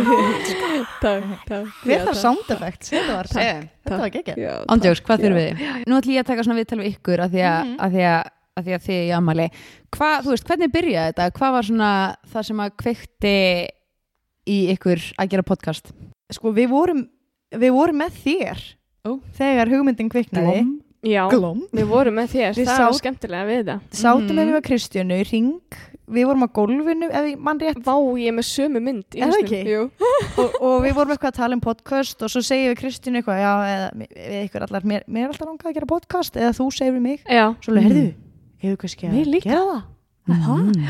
Takk, takk. við þarf sound effects þetta var, Eh, þetta var geggjart Já, takk. Ándjóks, hvað þurfum við? Nú ætlum ég að taka svona viðtal við ykkur af því að, mm að, því að, að því að þið í amali Hva, þú veist, hvernig byrjaði þetta? Hvað var svona það sem að kveikti í ykkur að gera podcast? sko, við vorum, við vorum með þér Ó. þegar hugmyndin kviknaði Já, glóm við vorum með þér, Við það var sá- skemmtilega við það. Sátum Mhm. mm. við Kristjánu í ring, við vorum á gólfinu, ef ég mann rétt, Vá, ég er með sömu mynd í Er það hausnum. ekki? Jú. og, og við vorum eitthvað að tala um podcast og svo segjum við Kristjánu eitthvað, já, eða, við ykkur allar, mér, mér er alltaf langað að gera podcast, eða þú segir við mig. Já, Svo leið, heyrðu, hefur kannski að Við líka. gera það?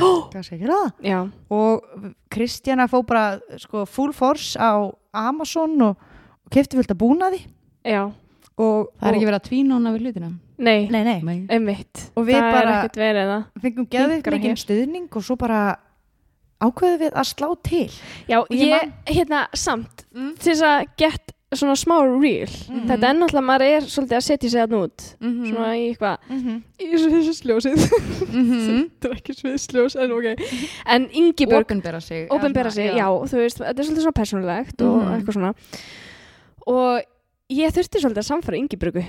Mm. Kannski að gera það? já. Og Kristjana fó bara, sko, full force á Amazon og, og kefti vilt að búna því. Já, Og, Það er og, ekki verið að tvínóna við hlutina nei, Nei, nei. Nei. einmitt. Og við það er bara- ekkert verið það. fengum geðið Hinkar og mikinn hér. stuðning og svo bara ákveðum við að slá til Já, ég ég, man- Mm. hérna, samt, til þess að gett svona smá real. Þetta er náttúrulega, maður er svolítið að setja sig þann út. Mhm. Mm. Svona í eitthvað, í þessu- þessu sljósið. Mhm. Mm. Þetta er ekki sviðsljós, en ok. En Ingibjörg Opinbera sig Ópenbera sig, já, þú veist, þetta er svolítið svona persónulegt og Mm. Mhm. eitthvað svona og ég þurfti svolítið að samfara Ingibjörgu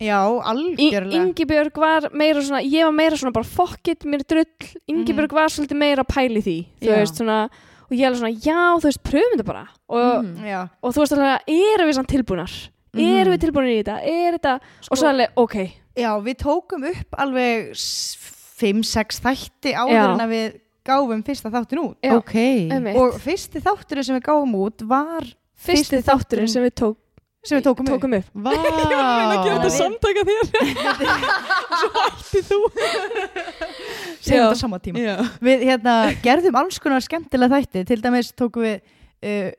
Já, Í- algjörlega Ingibjörg var meira svona, ég var meira svona bara fuck it, mér er drull Ingibjörg var svolítið meira að pæli því þú Mhm. Já. veist, svona, og ég er alveg svona, já, þú veist, pröfum þetta bara og, Mhm. Já, og þú veist alveg, erum við samt tilbúnar erum við tilbúnar í þetta, er þetta Sko- og svo alveg, ok, já, við tókum upp alveg 5-6 þætti áður Já. en að við gáfum fyrsta þáttin út Já. Ok emmitt og fyrsti þátturinn sem við gáfum út var fyrsti þátturinn sem við tók, sem við tókum, tókum upp Vá þetta Þetta saman. samtaka þér upp sem Já. þetta sama tíma Við hérna, gerðum alls konar skemmtilega þætti til dæmis tókum við uh,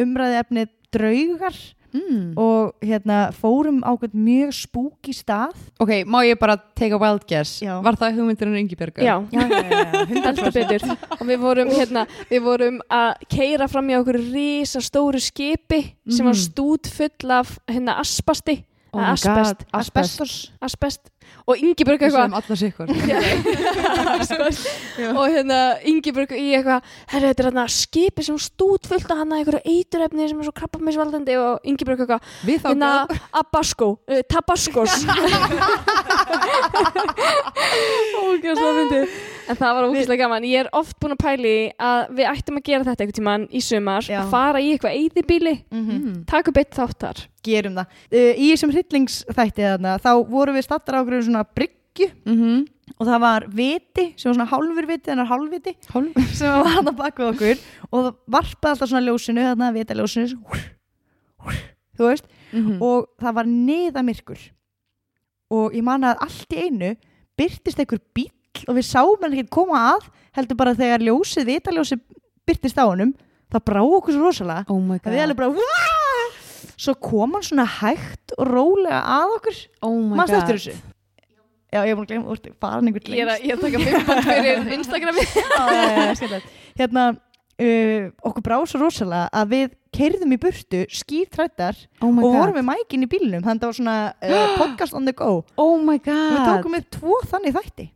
umræði efni draugar Mhm. Mm. og hérna, fórum ákveð mjög spúk í stað Ok, má ég bara take a wild guess Já. Var það hugmyndurinn Oh Ingibjörgur? já, Já, já, já, heldur betur og við vorum hérna, við vorum að keira fram í okkur risastóru skipi sem var Mhm. stút full af hérna aspasti Oh eða my asbest, god, asbest Asbestos asbest og Ingibjörg Við eitthvað sem allar sikkur Asbest. og hérna Ingibjörg í eitthvað herru þetta er hérna skipi sem stút fullt af hana einhverju eiturefni sem er svo krabba og Ingibjörg eitthvað Við þá hérna Abasko, uh, Tabaskos Ógjörslega fyndi En það var ógjörslega gaman Ég er oft búin að pæli að við ættum að gera þetta einhvern tímann í sumar Já. að fara í eitthvað eyðibíli mm. taka upp eitt þáttar Mhm, Gerum það uh, Í þessum hryllingsþætti þarna þá vorum við stattar á okkur svona bryggju Mm og það var viti sem var svona hálfur viti en hálfviti -hmm. sem var þarna bak við okkur og það varpaði alltaf svona ljósinu þarna vita ljósinu húr, húr, þú veist Mhm. Mm. og það var niðamirkur og ég man að allt í einu byrtist einhver bíll og við sáum hann ekkert koma að heldur bara þegar ljósið, vitaljósið byrtist á honum það brá okkur svo rosalega Oh my að við god alveg bara "Wah!" svo kom hann svona hægt og rólega að okkur Oh my mannstu god eftir þessu já ég er búin að glemma úr farin einhvern Ég er að, ég er að taka myndband fyrir Instagrami lengst hérna uh, okkur brá svo rosalega að við keirðum í burtu skítrættar Oh my og god vorum með mækinn í bílnum þannig að það var svona uh, podcast on the go Oh my god og við tókum upp tvo þannig þætti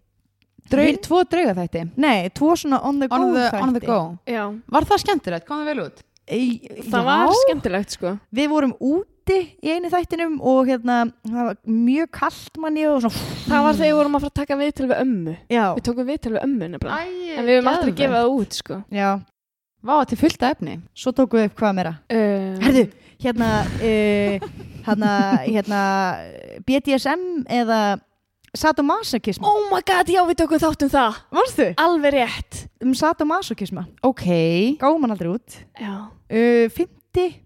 Draug, Tvo drauga þætti nei, tvo svona on the go on the, þætti on the go Já, Var það skemmtilegt? Kom það vel út? Í, það var skemmtilegt sko við vorum úti í einu þættinum og hérna, það var mjög kallt manni og svona Það var þegar við vorum að fara að taka viðtal við ömmu já, Við tókum viðtal við ömmu nefnilega Æ, En við höfum aldrei gefið það út sko já. Vá, þetta er fullt af efni svo tókum við upp hvað meira uh, herðu, hérna uh, hérna, hérna BDSM eða sadomasochism Oh my god, já við tókum þátt um það varstu? Alveg rétt um sadomasochisma, Ok gáum hann aldrei út Já uh, 50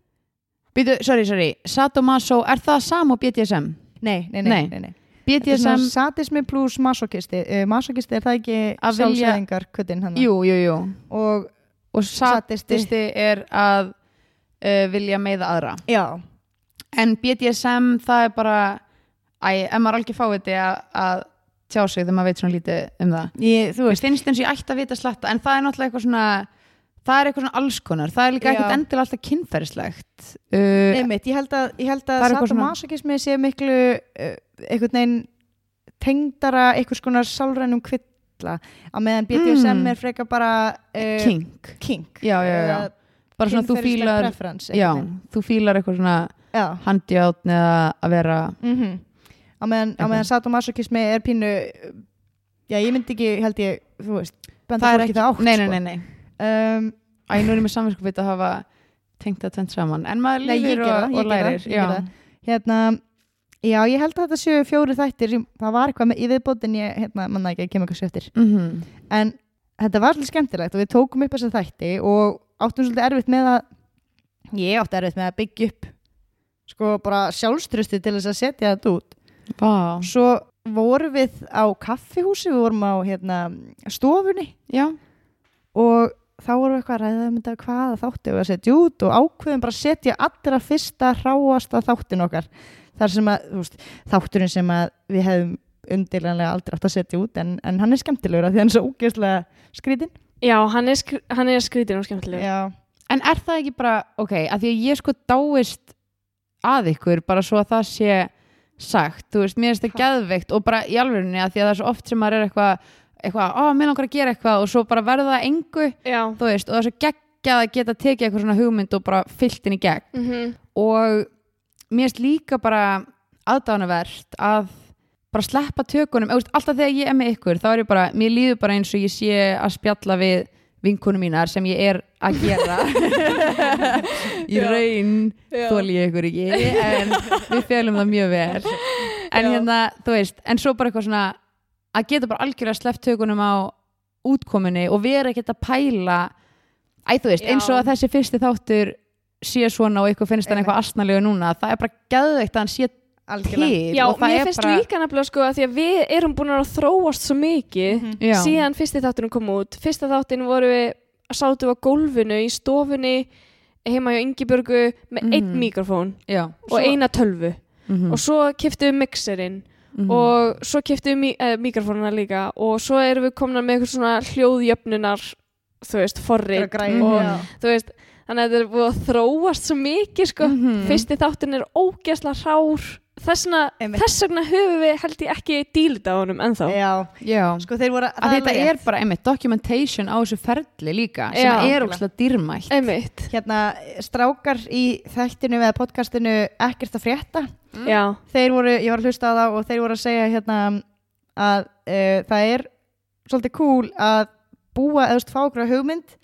Býtu, sorry, sorry Sadomaso, er það sam og BDSM? Nei, nei, Nei. nei, nei, nei. Þetta er BDSM, svona sadismi pluss masokisti uh, masokisti er það ekki Að vilja- sjálfsæðingar kuttin hann jú, jú, jú og Og Sadisti. sadisti er að uh, vilja meiða aðra já, En BDSM, það er bara Æ, ef maður er alveg fáviti að, að tjá sig þegar maður veit svona lítið um það ég, þú Mér veist finnst eins og ég ætti að vita slatta en það er náttúrulega eitthvað svona það er eitthvað svona alls konar, það er líka Já. ekkert endilega alltaf kynferðislegt uh, einmitt, ég held að, ég held að Það er eitthvað svona- sadomasokismi sé miklu uh, einhvern veginn tengdara einhvers konar sálrænum kvilla að meðan BDSM Mm. er frekar bara uh, kink, kink. Já, já, já. Eða bara svona þú kynferðisleg fílar preference, já, einhvern veginn. þú fílar eitthvað svona já. handjátt eða að vera Mm á meðan, á Eitthvað. meðan sadomasokismi er pínu uh, já, ég myndi ekki, held ég þú veist, benda það er fólki ekki, það átt nei, nei, sko. nei, nei Um, Æ, nú er ég með samvinsku fyrir að hafa tengt það tvent saman en maður Nei, ég lifir geri og, það, ég og geri það, lærir ég já. geri hérna Já, ég held að þetta séu fjóri þættir sem- það var eitthvað með í viðbótin ég hérna, manna ekki að kemur eitthvað sér eftir mm en þetta var svolítið skemmtilegt og við tókum upp þessa þætti og áttum svolítið erfitt með að ég átti erfitt með að byggja upp sko bara sjálfstrusti til þess að setja þetta út Vá, svo vorum við á kaffihúsi við vorum á hérna, stofunni já, og þá vorum við eitthvað að ræða um þetta hvaða þátti við að setja út og ákveðum bara að setja allra fyrsta hráasta þáttin okkar þar sem að, þú veist, þátturinn sem að við hefum undirlega aldrei átt að setja út en, en hann er skemmtilegur að því hann er svo ógeðslega skrítinn Já, hann er, skr hann er skrítin og skemmtilega. Já, en er það ekki bara ok, að því að ég sko dáist að ykkur bara svo að það sé sagt, þú veist, mér finnst það geðveikt og bara í alvegurinni að því að það er svo oft sem maður er eitthvað, eitthvað, á, mér langar að gera eitthvað og svo bara verða það engu, Já. þú veist og það er svo geggjað að geta tekið eitthvað svona hugmynd og bara fyllt inn í gegn Mm -hmm. og mér finnst líka bara aðdánavert að bara sleppa tökunum, Eða, þú veist, alltaf þegar ég er með ykkur þá er ég bara, mér líður bara eins og ég sé að spjalla við vinkunum mínar sem ég er að gera í raun þóli ég ykkur ekki en við fjölum það mjög vel en Já. hérna, þú veist, en svo bara eitthvað svona að geta bara algjörlega sleppt tökunum á útkomunni og vera ekkert að pæla æ, þú veist, Já. eins og að þessi fyrsti þáttur sé svona og ykkur finnst hann eitthvað astnalegu núna, það er bara geðveikt að hann sé algjörlega til Já, og það mér er finnst bara líka nefnilega sko að því að við erum búin að þróast svo mikið Já. síðan fyrsti þáttunum kom út. Fyrsta þáttin voru við, sátum við á gólfinu í stofunni heima hjá Ingibjörgu með einn mikrofón Já, Mhm. og eina tölvu mhm, og svo keftum við mixerinn mhm. og svo keftum við uh, mikrofónuna líka og svo erum við komna með eitthvað svona hljóðjöfnunar þú veist, forrið græn, og- já. þú veist, þannig að þetta er búið að þróast svo mikið sko, Mm. Mhm, fyrsti þáttin er ógeðsla hrár þess vegna, Einmitt. þess vegna höfum við held ég ekki dílda á honum ennþá já, Já, sko þeir voru að þetta alveg- er bara einmitt documentation á þessu ferli líka sem Já. er ókslega dýrmælt einmitt, hérna, strákar í þættinu eða podcastinu ekkert að frétta já, þeir voru, ég var að hlusta á það og þeir voru að segja hérna að uh, það er svolítið cool að búa eða þú veist, fá okkur að hugmynd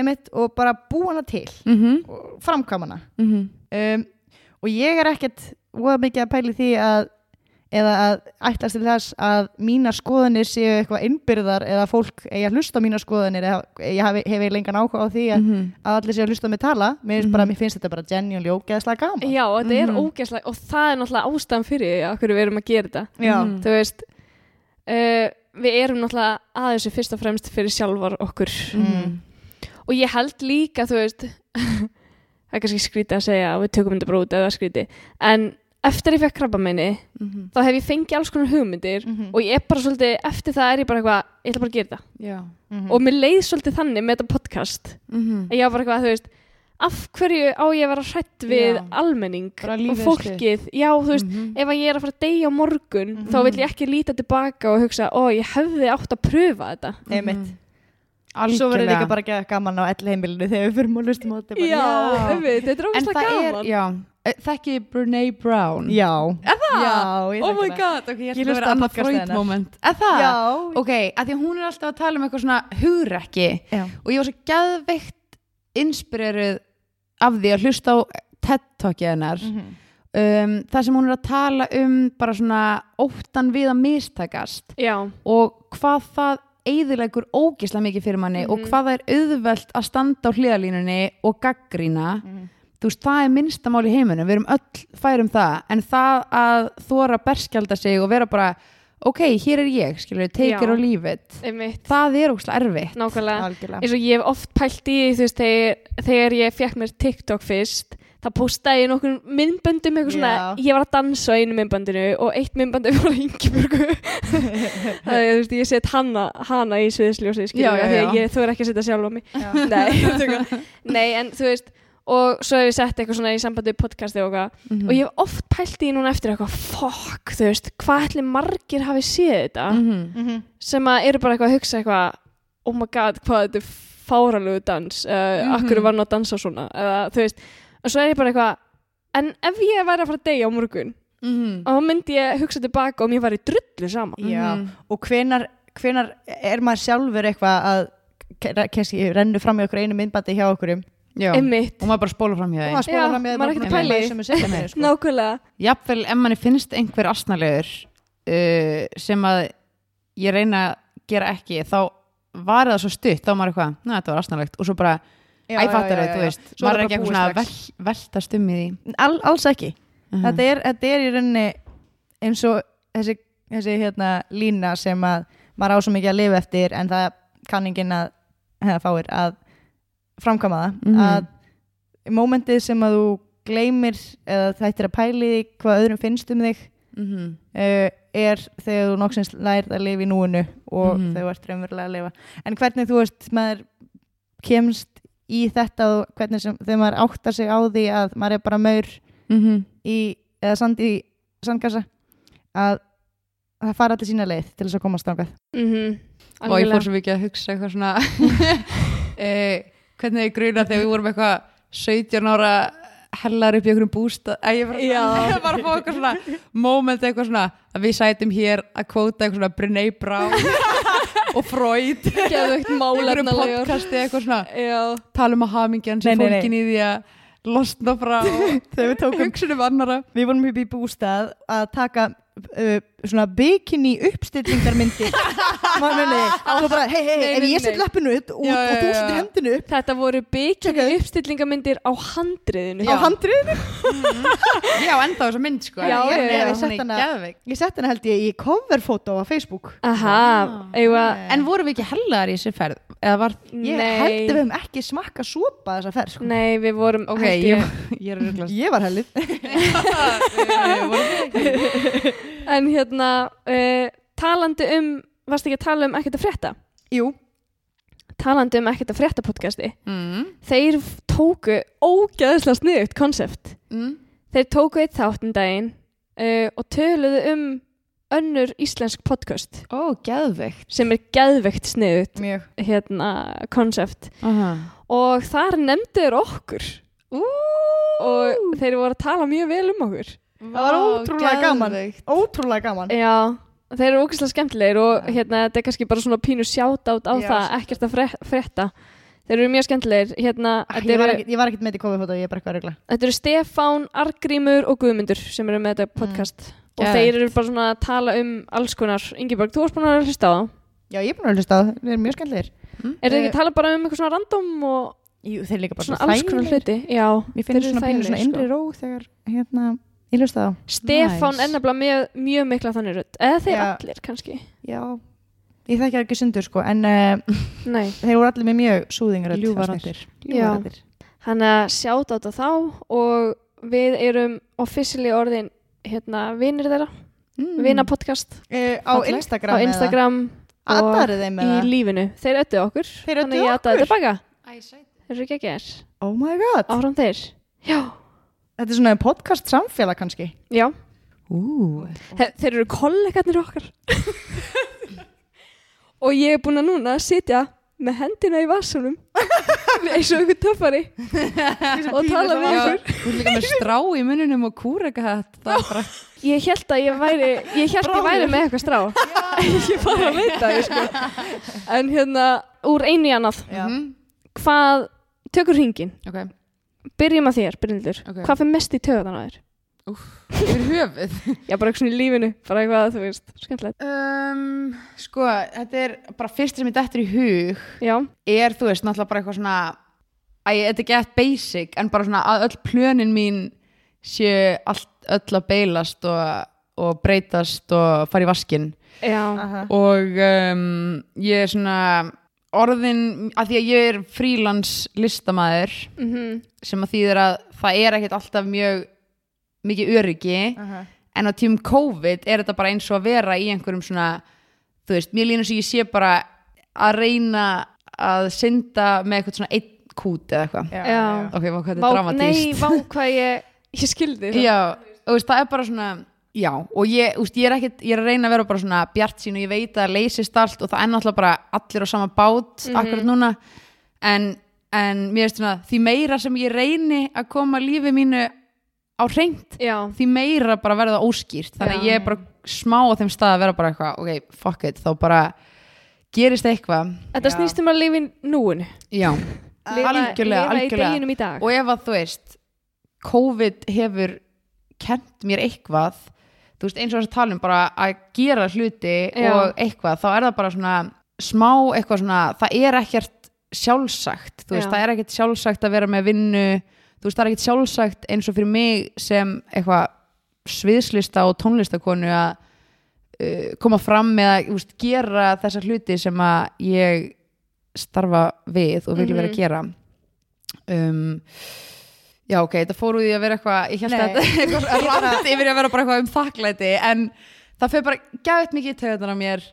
emitt, og bara búa hana til mm -hmm. og framkvæma hana mhm, um, og ég er ekkert voða mikið að pæli því að eða að ætlast til þess að mínar skoðanir séu eitthvað innbyrðar eða fólk eigi að hlusta á mínar skoðanir eða ég hef, hef ég lengan áhuga á því Mhm. að, mhm. að allir séu að hlusta á mig tala mér, mm bara, mér finnst þetta bara genuinely ógeðslega gaman já, þetta er ógeðsla og það er náttúrulega ástæðan fyrir því að hverju við erum að gera þetta Já. þú veist uh, við erum náttúrulega aðeins fyrst og fremst fyrir sjálfar okkur Mm. Mm-hmm. og ég held líka þú veist það er kannski skrítið að segja að við tökum þetta bara út eða skríti en eftir ég fekk krabba minni Mm-hmm. þá hef ég fengið alls konar hugmyndir Mhm. Mm. Mhm. og ég er bara svolítið, eftir það er ég bara eitthvað ég ætla bara að gera það Já Mhm. og mér leið svolítið þannig með þetta podcast Mm-hmm. að ég var bara eitthvað, þú veist af hverju á ég að vera hrætt við Já. Mm. almenning Bara og lífið er fólkið já, þú veist, Mm-hmm. ef að ég er að fara að deyja á morgun Mm. þá vil ég ekki líta tilbaka og hugsa, ó, ég hefði átt að pröfa þetta emitt Mhm. Algjörlega. Svo verður líka bara ekki gaman á ell heimilinu þegar við fyrir og lustum á þetta bara, Já. einmitt, þetta er En ógeðslega það er, gaman já Eh, Þekki Brene Brown Já það? Já, ég Oh þekki my það. god, ok, ég ætla Ég að hlusta vera á annað podcastið Freud hennar. moment Er það? Já. Ok, að því að hún er alltaf að tala um eitthvað svona hugrekki Já. og ég var svo geðveikt inspireruð af því að hlusta á TED-talkið hennar Mhm. um, þar sem hún er að tala um bara svona óttan við að mistakast já, og hvað það eigðilegur ógislega mikið fyrir manni og hvað það er auðvelt að standa á hliðalínunni og gaggrína Mhm. þú veist, það er minnstamál í heiminum við erum öll færum það en það að þóra berskjálda sig og vera bara, ok, hér er ég skilur, take Já. it or leave it einmitt, það er ógislega erfitt nákvæmlega Algjörlega eins og ég hef oft pælt í því, þú veist, þegar, þegar ég fekk mér TikTok fyrst þá postaði ég nokkur myndböndum eitthvað svona, Já. ég var að dansa á einu myndböndinu og eitt myndböndum var Ingeborgu það er, þú veist, ég set hana, hana í sviðsljósi, Já, skiljum við, já, því að já. ég þú er ekki að setja sjálf á mig nei, nei, en þú veist og svo hef ég sett eitthvað svona í sambandi við podcasti og eitthvað, Mm. og Mhm. ég hef oft pælt í núna eftir eitthvað, fuck, þú veist hvað ætli margir hafi séð þetta Mhm. sem að eru bara eitthvað að hugsa eitthvað oh my god, hvað þetta er fáralegu dans uh, Mhm. akkur var nú að dansa svona eða þú veist, og svo er ég bara eitthvað en ef ég væri að fara að deyja á morgun Mhm. þá myndi ég hugsa tilbaka og mér væri drullu saman Já, Mhm. og hvenar, hvenar er maður sjálfur eitthvað að kannski rennu fram í okkur einu myndbandi hjá okkurum já. Einmitt. og maður bara spóla fram hjá Og maður þeim Já, spólar fram í maður er ekkert að pæla í því. pæli nákvæmlega jafnvel ef manni finnst einhver asnalegur uh, sem að ég reyna að gera ekki þá var það svo stutt, þá var maður eitthvað na, þetta var asnalegt og svo bara æfattar þau, þú veist Svo maður er er ekki bara eitthvað svona búið að vel, veltast um í því Al, alls ekki Mhm. þetta, er, þetta er í rauninni eins og þessi, þessi hérna, lína sem að maður á svo mikið að lifa eftir en það kanningin að hefða fáir að framkama það Mhm. að mómentið sem að þú gleymir eða þættir að pæli því hvað öðrum finnst um þig Mhm. uh, er þegar þú noksins lærð að lifa í núinu og Mhm. þegar þú ert raunverulega að lifa en hvernig þú veist maður kemst í þetta og hvernig sem þegar maður áttar sig á því að maður er bara maur Mhm. í, eða sand í sandkassa að það fara allir sína leið til þess að komast þangað mhm, og ég fór algjörlega. svo mikið að hugsa eitthvað svona eh, hvernig ég gruna þegar við vorum eitthvað 17 ára hellar upp í einhverjum bústað að ég bara, ég bara að fá eitthvað svona moment eitthvað svona að við sætum hér að kvóta eitthvað svona Brené Brown og Freud í geðveikt einhverjum málefnalegur podcasti eitthvað svona já, tala um að hamingjan Nei, sem nei, nei. fólkin í því að losna frá og þegar við tókum, hugsunum annara við vorum upp í bústað að taka uh, svona bikini uppstillingarmyndir maður muni, og bara hei hei, Nei, ef nei, ég set nei. lappinu upp og, Já, já, og þú já. setur hendinu upp þetta voru byggjum uppstillingamyndir á handriðinu á handriðinu, já, enda þess að mynd sko Já, ég, já, já. ég, Sett hana- ég, ég sett hana held ég í coverfótó á Facebook Ah, aha, eiga en vorum við ekki hellar í þessi ferð eða var Ah, ég held að við höfum ekki smakka sopa þessa ferð sko. Nei, við vorum ok, held ég, ég er rugglast ég var helið En hérna, uh, talandi um varst ekki að tala um ekkert að frétta Jú, talandi um ekkert að frétta podcasti mm. þeir f- tóku ógeðslega sniðugt konsept Mm. þeir tóku eitt þáttum daginn uh, og töluðu um önnur íslensk podcast Ó, geðveikt. sem er geðveikt sniðut mjög hérna konsept Aha. og þar nefndu þeir okkur Ú, og þeir voru að tala mjög vel um okkur Það var ótrúlega gaman Ótrúlega gaman Já, þeir eru ógeðslega skemmtilegir og Já. hérna, þetta er kannski bara svona pínu sjátátt á Já, það, ekkert að fre- frétta Þeir eru mjög skemmtilegir, hérna, Ég þetta var eru, ekkert- ég var ekkert með þetta kofið fótó, ég er bara eitthvað að regla þetta eru Stefán, Argrímur og Guðmundur sem eru með Mm. þetta podcast og Geðveikt. þeir eru bara svona að tala um alls konar Ingeborg, þú varst búin að hlusta á það Já, ég er búin að hlusta á það, það er mjög skemmtilegir Mm. Er þeir Eh, ekki að tala bara um eitthvað svona random og Jú, þeir líka bara svona alls konar hluti? Já, Mér finnst eru svona sko. pínu svona þægilegir, innri ró þegar hérna, ég hlusta á sko. Stefán Nice. er nefnilega mjög, mjög mikla þannig rödd, eða þeir Já. allir kannski Já, ég þekki það ekki sundur sko En uh, Nei, þeir voru allir með mjög súðingar Ljúfaraddir. Ljúfarandir Þannig að sjáta á þetta þá og við erum officially orðin hérna vinir þeirra, mm. vinapodcast uh, Á Fallegt. Instagram á Instagram eða og Addari þeim í með það lífinu. Þeir öttu okkur, Þeir ödduðu þannig að ég aðtaði okkur. tilbaka. Þeir eru ekki að gera, Oh my god áfram þeir. Já, Þetta er svona podcast samfélag kannski já, Ú, Þe þeir eru kollegarnir okkar. og ég er búin að núna sitja með hendina í vassunum eins og einhver töffari og tala við já, ykkur. þú er líka með strá í mununum og kúreka þetta. Það er bara, Ég held að ég væri, ég held ég væri með eitthvað strá. ég bara veit það, ég sko. En hérna, úr einu í annað, Mhm. hvað, tökur hringin, ok, byrjum að þér, Bryndur, Ok. hvað fyrir mest í töðan á þér? yfir höfuð. Já, bara eitthvað svona í lífinu, bara eitthvað, þú veist, skemmtilegt. Um, sko, þetta er bara fyrst sem ég dettur í hug Já, er, þú veist, náttúrulega bara eitthvað svona að ég, þetta er gett basic en bara svona að öll plönin mín séu allt, öll að beilast og, og breytast og fara í vaskinn já, og um, ég er svona orðin, að því að ég er frílans listamaður mhm, sem að þýðir að það er ekkert alltaf mjög mikið öryggi en á tímum COVID er þetta bara eins og að vera í einhverjum svona þú veist, mér lína svo ég sé bara að reyna að synda með eitthvað svona einn kút eða eitthvað já. ok, vá, hvað þetta Vá, er dramatíst Nei, vá, hvað ég, ég skildi það. Já, þú veist, það er bara svona Já, og ég, úst, ég, er ekkit, ég er að reyna að vera bara svona bjart sín og ég veit að það leysist allt og það er náttúrulega bara allir á sama bát Mhm. akkurat núna en, en mér veist svona, því meira sem ég reyni að koma lífi mínu á reynd, Já, því meira bara verða það óskýrt, þannig að Já. ég er bara smá á þeim stað að vera bara eitthvað, ok, fuck it þá bara gerist eitthvað þetta snýst um að lifa í núinu. Já, lifa, Algjörlega, lifa í algjörlega. deginum í dag og ef að þú veist COVID hefur kent mér eitthvað þú veist eins og þess að tala um bara að gera hluti Já. og eitthvað þá er það bara svona smá eitthvað svona það er ekkert sjálfsagt þú veist Já. það er ekkert sjálfsagt að vera með vinnu þú veist það er ekkert sjálfsagt eins og fyrir mig sem eitthvað sviðslista og tónlistakonu að uh, koma fram með að þú veist, gera þessa hluti sem að ég starfa við og vilja Mhm. vera að gera um, já ok, þetta fór úr því að vera eitthvað ég held að þetta eitthvað rátt yfir í að vera bara eitthvað um þakklæti en það fyrir bara gæðið mikið í töðan á mér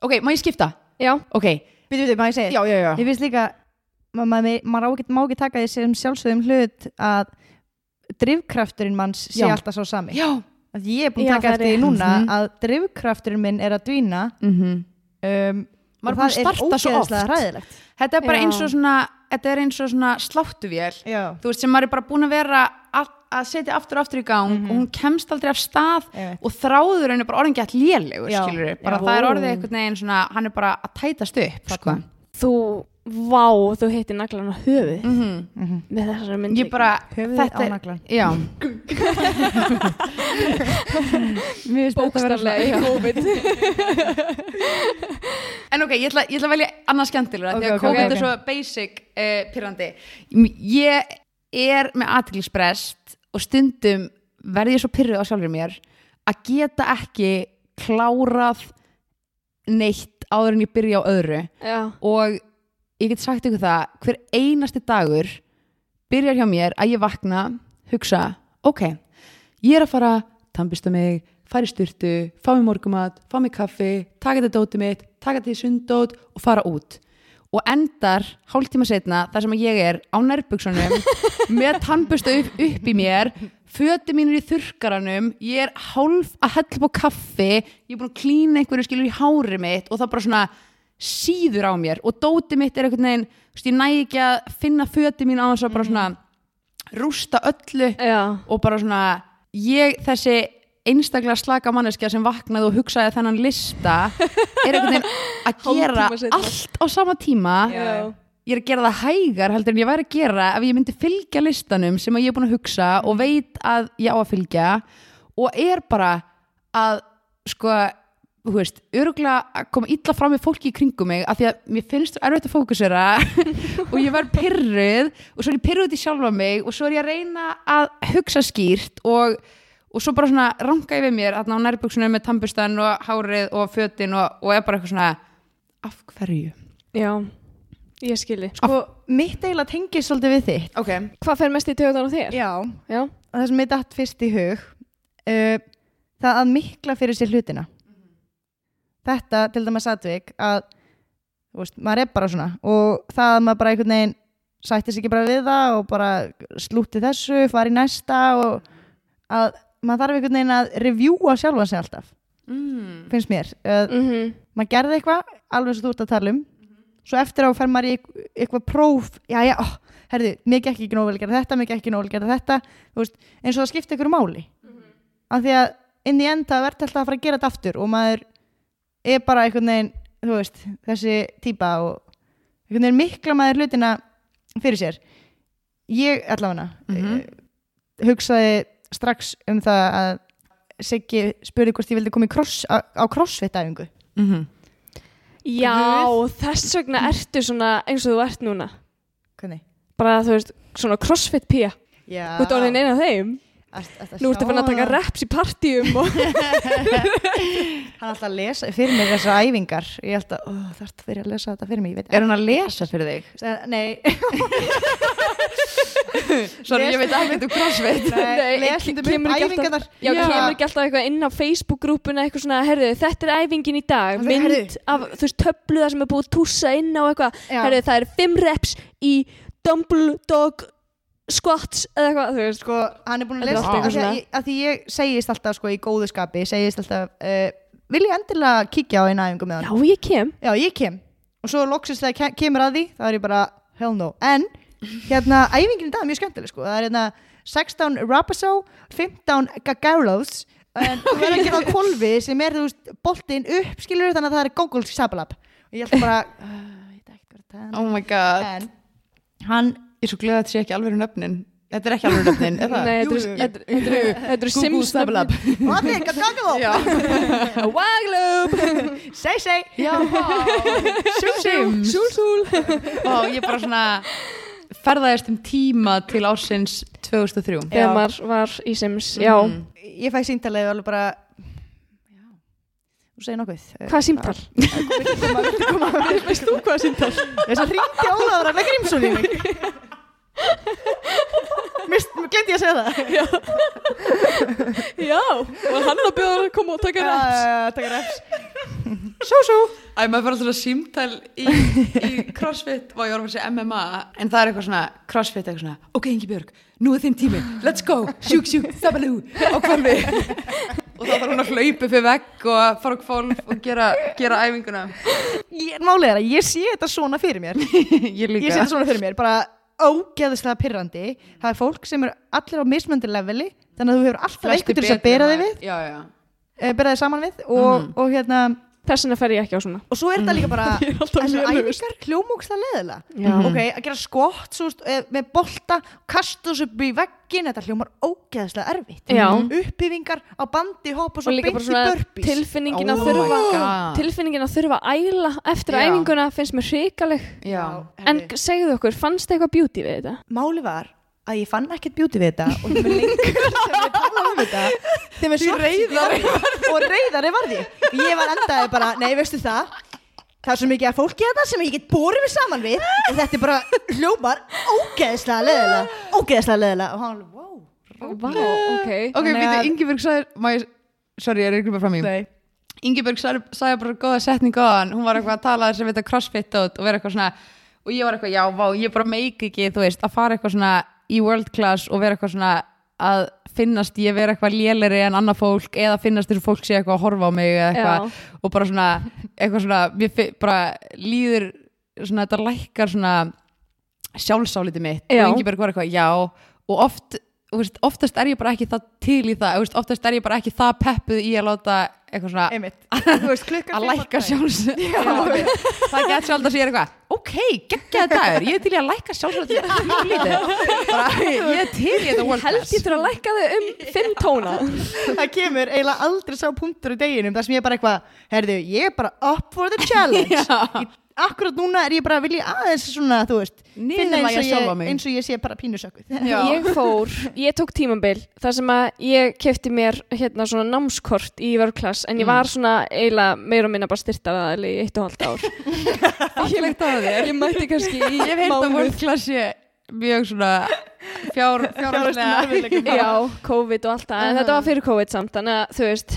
ok, má ég skipta? já, ok, Býtu, býtu, maður segja já, já, já Ég finnst líka ma- maður ma ma má ekki taka því sem sjálfsögum hlut að drifkrafturinn manns sé Já. alltaf svo sami já, að ég er búin Já, að það taka er eftir því rétt. núna Mhm. að drifkrafturinn minn er að dvína mhm um, Maður er og búin að það er starta svo ógeðslega oft. hræðilegt þetta er bara Já. eins og svona þetta er eins og svona sláttuvél já, þú veist sem maður er bara búin að vera að, að setja aftur og aftur í gang og hún kemst aldrei af stað Einmitt. og þráður henni bara orðin gett lélegur Já, skilur já. bara það er orðið einhvern veginn svona hann er bara að tætast upp sko. þú, vá, þú hittir naglan á höfuð Mhm. með þessari myndlík ég bara, höfuðið þetta á er naglann. já, mér finnst þetta vera bókstarlega í COVID en ok, ég ætla, ég ætla að velja annað skemmtilega Ok, því að ok, COVID ok, er ok. svo basic uh, pyrrandi ég er með aðtilsprest og stundum verð ég svo pyrruð á sjálfur mér að geta ekki klárað neitt áður en ég byrja á öðru já, og ég get sagt ykkur það hver einasti dagur byrjar hjá mér að ég vakna hugsa, ok ég er að fara, tannbista mig fara í styrtu, fá mér morgumat fá mér kaffi, taka þetta dóti mitt taka þetta í sunddót og fara út og endar hálftíma setna þar sem að ég er á nærbuksunum með tannbusta upp, upp í mér föti mínur í þurkaranum ég er hálf að hella upp á kaffi ég er búin að klína einhverju skilur í hári mitt og það bara svona síður á mér og dóti mitt er einhvern veginn þú veist, ég næ ekki að finna föti mín á þess að bara svona rústa öllu já, og bara svona ég þessi einstaklega slaka manneskja sem vaknaði og hugsaði þennan lista er einhvern veginn að gera Hálftíma seinna. allt á sama tíma já. ég er að gera það hægar heldur en ég væri að gera ef ég myndi fylgja listanum sem að ég er búin að hugsa og veit að ég á að fylgja og er bara að sko, þú veist, öruglega að koma illa fram með fólki í kringum mig af því að mér finnst þú erfitt að fókusera og ég var pyrruð og svo er ég pyrruð í sjálfa mig og svo er ég að reyna að hugsa skýrt og, og svo bara svona ranga yfir mér þarna á nærbuksunum með tannbustan og hárið og fötin og, og er bara eitthvað svona af hverju? já. ég skilji sko, mitt eiginlega tengir svolítið við þitt Okay. hvað fer mest í töðan á þér? já, já, það sem mitt datt fyrst í hug uh, það að mikla fyrir sér hlutina þetta til dæmis atvik að þú veist, maður er bara svona og það að maður bara einhvern veginn sætti sig ekki bara við það og bara slúti þessu, fari í næsta og að maður þarf einhvern veginn að revjúa sjálfan sig alltaf Mm. finnst mér, uh, mhm, maður gerði eitthvað alveg eins og þú ert að tala um svo eftir á fer maður í eitth- eitthvað próf já, já, ó, herðu, mér gekk ekki nóvel gera þetta mér gekk ekki nóvel gera þetta þú veist, eins og það skipti ykkur máli af því að inn í enda verður alltaf að fara að gera þetta aftur og maður er bara einhvern veginn, þú veist, þessi típa og einhvern veginn mikla maður hlutina fyrir sér ég allavega mm Mhm. hugsaði strax um það að Siggi spurði hvort ég vildi koma í cross, á, á crossfit-æfingu Mhm. já, þess vegna ertu svona eins og þú ert núna Hvernig? bara þú veist, svona crossfit pía Já. þú ert orðin eina af þeim Nú nú ertu fann að taka reps í partíum og Hann er alltaf að lesa fyrir mig þessar æfingar. Ég held að, ó, þarf það fyrir að lesa þetta fyrir mig, ég veit Er hann að lesa fyrir þig? ekki. Nei, Sorry, ég veit ekki um crossfit nei, ke- lesundum upp kemur ekki alltaf- æfingarnar. Já, Já. kemur ekki alltaf eitthvað inn á Facebook-grúpuna eitthvað svona, herðu, þetta er æfingin í dag Það er, mynd heyrðu. af, þú veist, töflu það sem er búið að tússa inn á eitthvað, Já. herðu, það er fimm reps í dumbbell dog squats eða eitthvað, þú veist Sko, hann er búin að Þetta er lesa alltaf þetta. eitthvað Af því að- Af því ég segist alltaf, sko, í góðu skapi, segist alltaf, uh, vil ég endilega kíkja á eina æfingu með hann? Já, ég kem Já, ég kem. Og svo loksins þegar ke- kemur að því, þá er ég bara, hell no. En, hérna, æfingin í dag er mjög skemmtileg, sko. Það er hérna 16 Rapazo, 15 Gagarolos, en þú verður að gera á kolfi sem er, þú veist, boltinn upp, skilur Ah, þannig að það er Google's Sabalab. Og ég held bara, uh, ég veit ekki hvað það er. Oh my god En, hann, Ég er svo gleðið að þetta sé ekki alveg nöfnin Þetta er ekki alveg nöfnin, er það? Nei, þetta Jú, eru- jú, jú. þetta eru- þetta eru- þetta eru Google Sims Stablab hvað er þetta? Já, Waglub Seg, seg já Sims Súl súl Og ég bara svona ferðaðist um tíma til ársins 2003 Þegar maður var í Sims, Mm. já Mhm. ég fæ síndalegi og alveg bara já, þú segir nokkuð Hvað símtal? veist þú hvað síndal? þess að hringi Ólaður Arna Grímsson í mig Mist, glemt ég að segja það Já, og hann að bjóða að koma og taka uh, takk refs Æ, maður fyrir alltaf símtal í, í crossfit og ég var að segja MMA en það er eitthvað svona, crossfit eitthvað svona ok, Ingi Björg, nú er þinn tími, let's go sjúk, sjúk, stabalú, á kvalmi og þá þarf hún að hlaupa fyrir vegg og fara á kvolf og gera, gera æfinguna ég, málið er að ég sé þetta svona fyrir mér ég ég sé þetta svona fyrir mér, bara ógeðislega pirrandi það er fólk sem er allir á mismöndi leveli þannig að þú hefur alltaf eitthvað til þess að bera þig við já, já, eh, bera þig saman við og, og hérna Þess vegna fer ég ekki á svona og svo er þetta líka bara Mhm. Ég er alltaf þessar lélegust. æfingar hljómókslega leðilega Já. ok, að gera skott svo, veist, eh, með bolta, kastu þessu upp í veggin, þetta hljómar ógeðislega erfitt Já. uppbyggingar á bandi hoppa svo og Mm. líka beint bara í svona burpees tilfinningin að Oh þurfa my God. tilfinningin að þurfa að æla eftir Já. æfinguna finnst mér hrikaleg já. en segðu okkur, fannst það eitthvað beauty við þetta? máli var að ég fann ekkert beauty við þetta og þeim er lengur sem ég tala um þetta þeim er svartið og reyðari varði ég var endaði bara, nei veistu það það er svo mikið að fólki þetta sem ég get borið mig saman við og þetta er bara hljómar ógeðslega leðilega ógeðslega leðilega og hann var alveg, wow Vá, ok ok, Þannig býtu, að- Ingi Björg sagði má ég- sorry, ég er ykkur bara fram í Nei. Ingeborg sagði sagði bara góða setning góðan, hún var eitthvað að tala þess að vita crossfit og, og vera eitthvað svona og ég var eitthvað, já, vá, ég bara meik ekki, þú veist að fara eitthvað svona í world class og vera eitthvað svona að finnast ég vera eitthvað léleri en annað fólk eða finnast þessu fólk sé eitthvað að horfa á mig eða eitthvað, og bara svona eitthvað svona, mér fi- bara líður svona, þetta lækkar svona sjálfsáliti mitt Já. og Ingeborg var eitthvað, já, og oft þú veist, oftast er ég bara ekki það til í það þú veist, oftast er ég bara ekki það peppuð í að láta eitthvað svona einmitt, þú veist að klukkan lækka sjálfs það getur sjálf að segja eitthvað ok, geggjaði dagur, ég er til í að lækka sjálfs þetta er mjög lítið bara, ég er til í þetta ég world held ég class þurfa að lækka þau um 5 tóna það kemur eiginlega aldrei sá punktur í deginum þar sem ég er bara eitthvað, herðu, ég er bara up for the challenge Já. Ég- akkurat núna er ég bara að vilja aðeins svona, þú veist, finna Niðurlægja eins og, sjálfa ég, mig. eins og ég sé bara pínusökuð Já. ég fór, ég tók tímambil þar sem að ég kefti mér hérna svona námskort í vörklass en ég Mm. var svona eiginlega meira og minna bara styrtaraðal í eitt og halvt ár fallegt á þér ég mætti kannski í ég hef heilt að mánuð world class sé mjög svona fjár, fjárhagslega Já, COVID og allt það, en Mm. þetta var fyrir COVID samt, þannig að þú veist,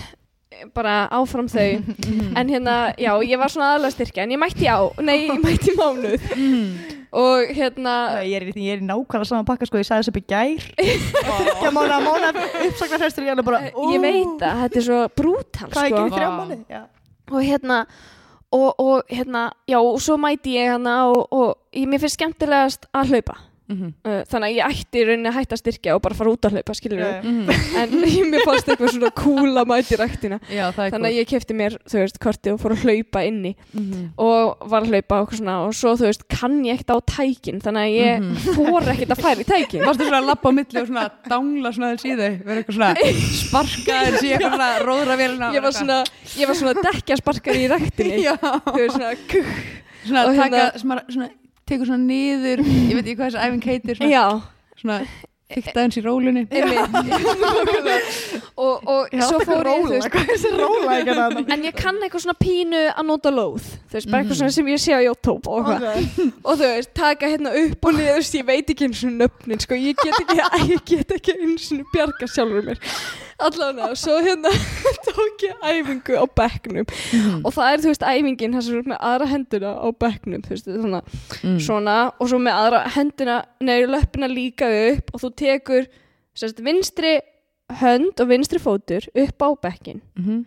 bara áfram þau. Mm. en hérna, já, ég var svona aðalega styrkja, en ég mætti á, nei, ég mætti í mánuð. Mm. og hérna, ég er, í- ég er í nákvæmlega saman pakka sko, ég sagði þessu upp í gær ekki að mána, mána uppsagnarhestur ég er alveg bara, ó, ég veit að þetta er svo brútal, hvað ég sko. gerir þrjá Vá. mánu já. Og hérna, og, og hérna, já, og svo mæti ég hérna og, og ég, mér finnst skemmtilegast að hlaupa. Mhm. Uh, þannig að ég ætti í rauninni að hætta að styrkja og bara fara út að hlaupa, skilur Já, já. Mhm. en mér fannst eitthvað svona kúla mæti ræktina já, það er þannig að cool ég kefti mér, þú veist, kortið og fór að hlaupa inni Mhm. og var að hlaupa og eitthvað svona og svo, þú veist, kann ég ekkert á tækin þannig að ég Mhm. mm fór ekkert að færa í tækin Varstu svona að lappa á milli og svona dangla svona þess í þau, vera eitthvað svona sparka þess í eitthvað svona róðra velina ég var svona, ég var svona dekkja sparkar í ræktinni já, þú veist, svona, kukk svona Og að hérna- taka, svona, svona tekur svona niður, ég veit ekki hvað þessi æfing heitir svona, já, svona fykta eins í rólunni og, og svo fór ég, þú róla, veist hvað er þessi róla ekki þarna? en ég kann eitthvað svona pínu að nota lóð þú veist, bara eitthvað svona sem ég sé á YouTube og, okay. og þú veist, taka hérna upp og niður, þú veist, ég veit ekki eins og nöfnin sko, ég get ekki, ég get ekki eins og bjarga sjálfur mér allavega, og svo hérna tók ég æfingu á bekknum Mm-hmm. og það er, þú veist, æfingin þess að með aðra hendina á bekknum, þú veist, þannig Mm. Mm-hmm. svona, og svo með aðra hendina neður löppina líka upp og þú tekur, sérst, vinstri hönd og vinstri fótur upp á bekkin Mhm.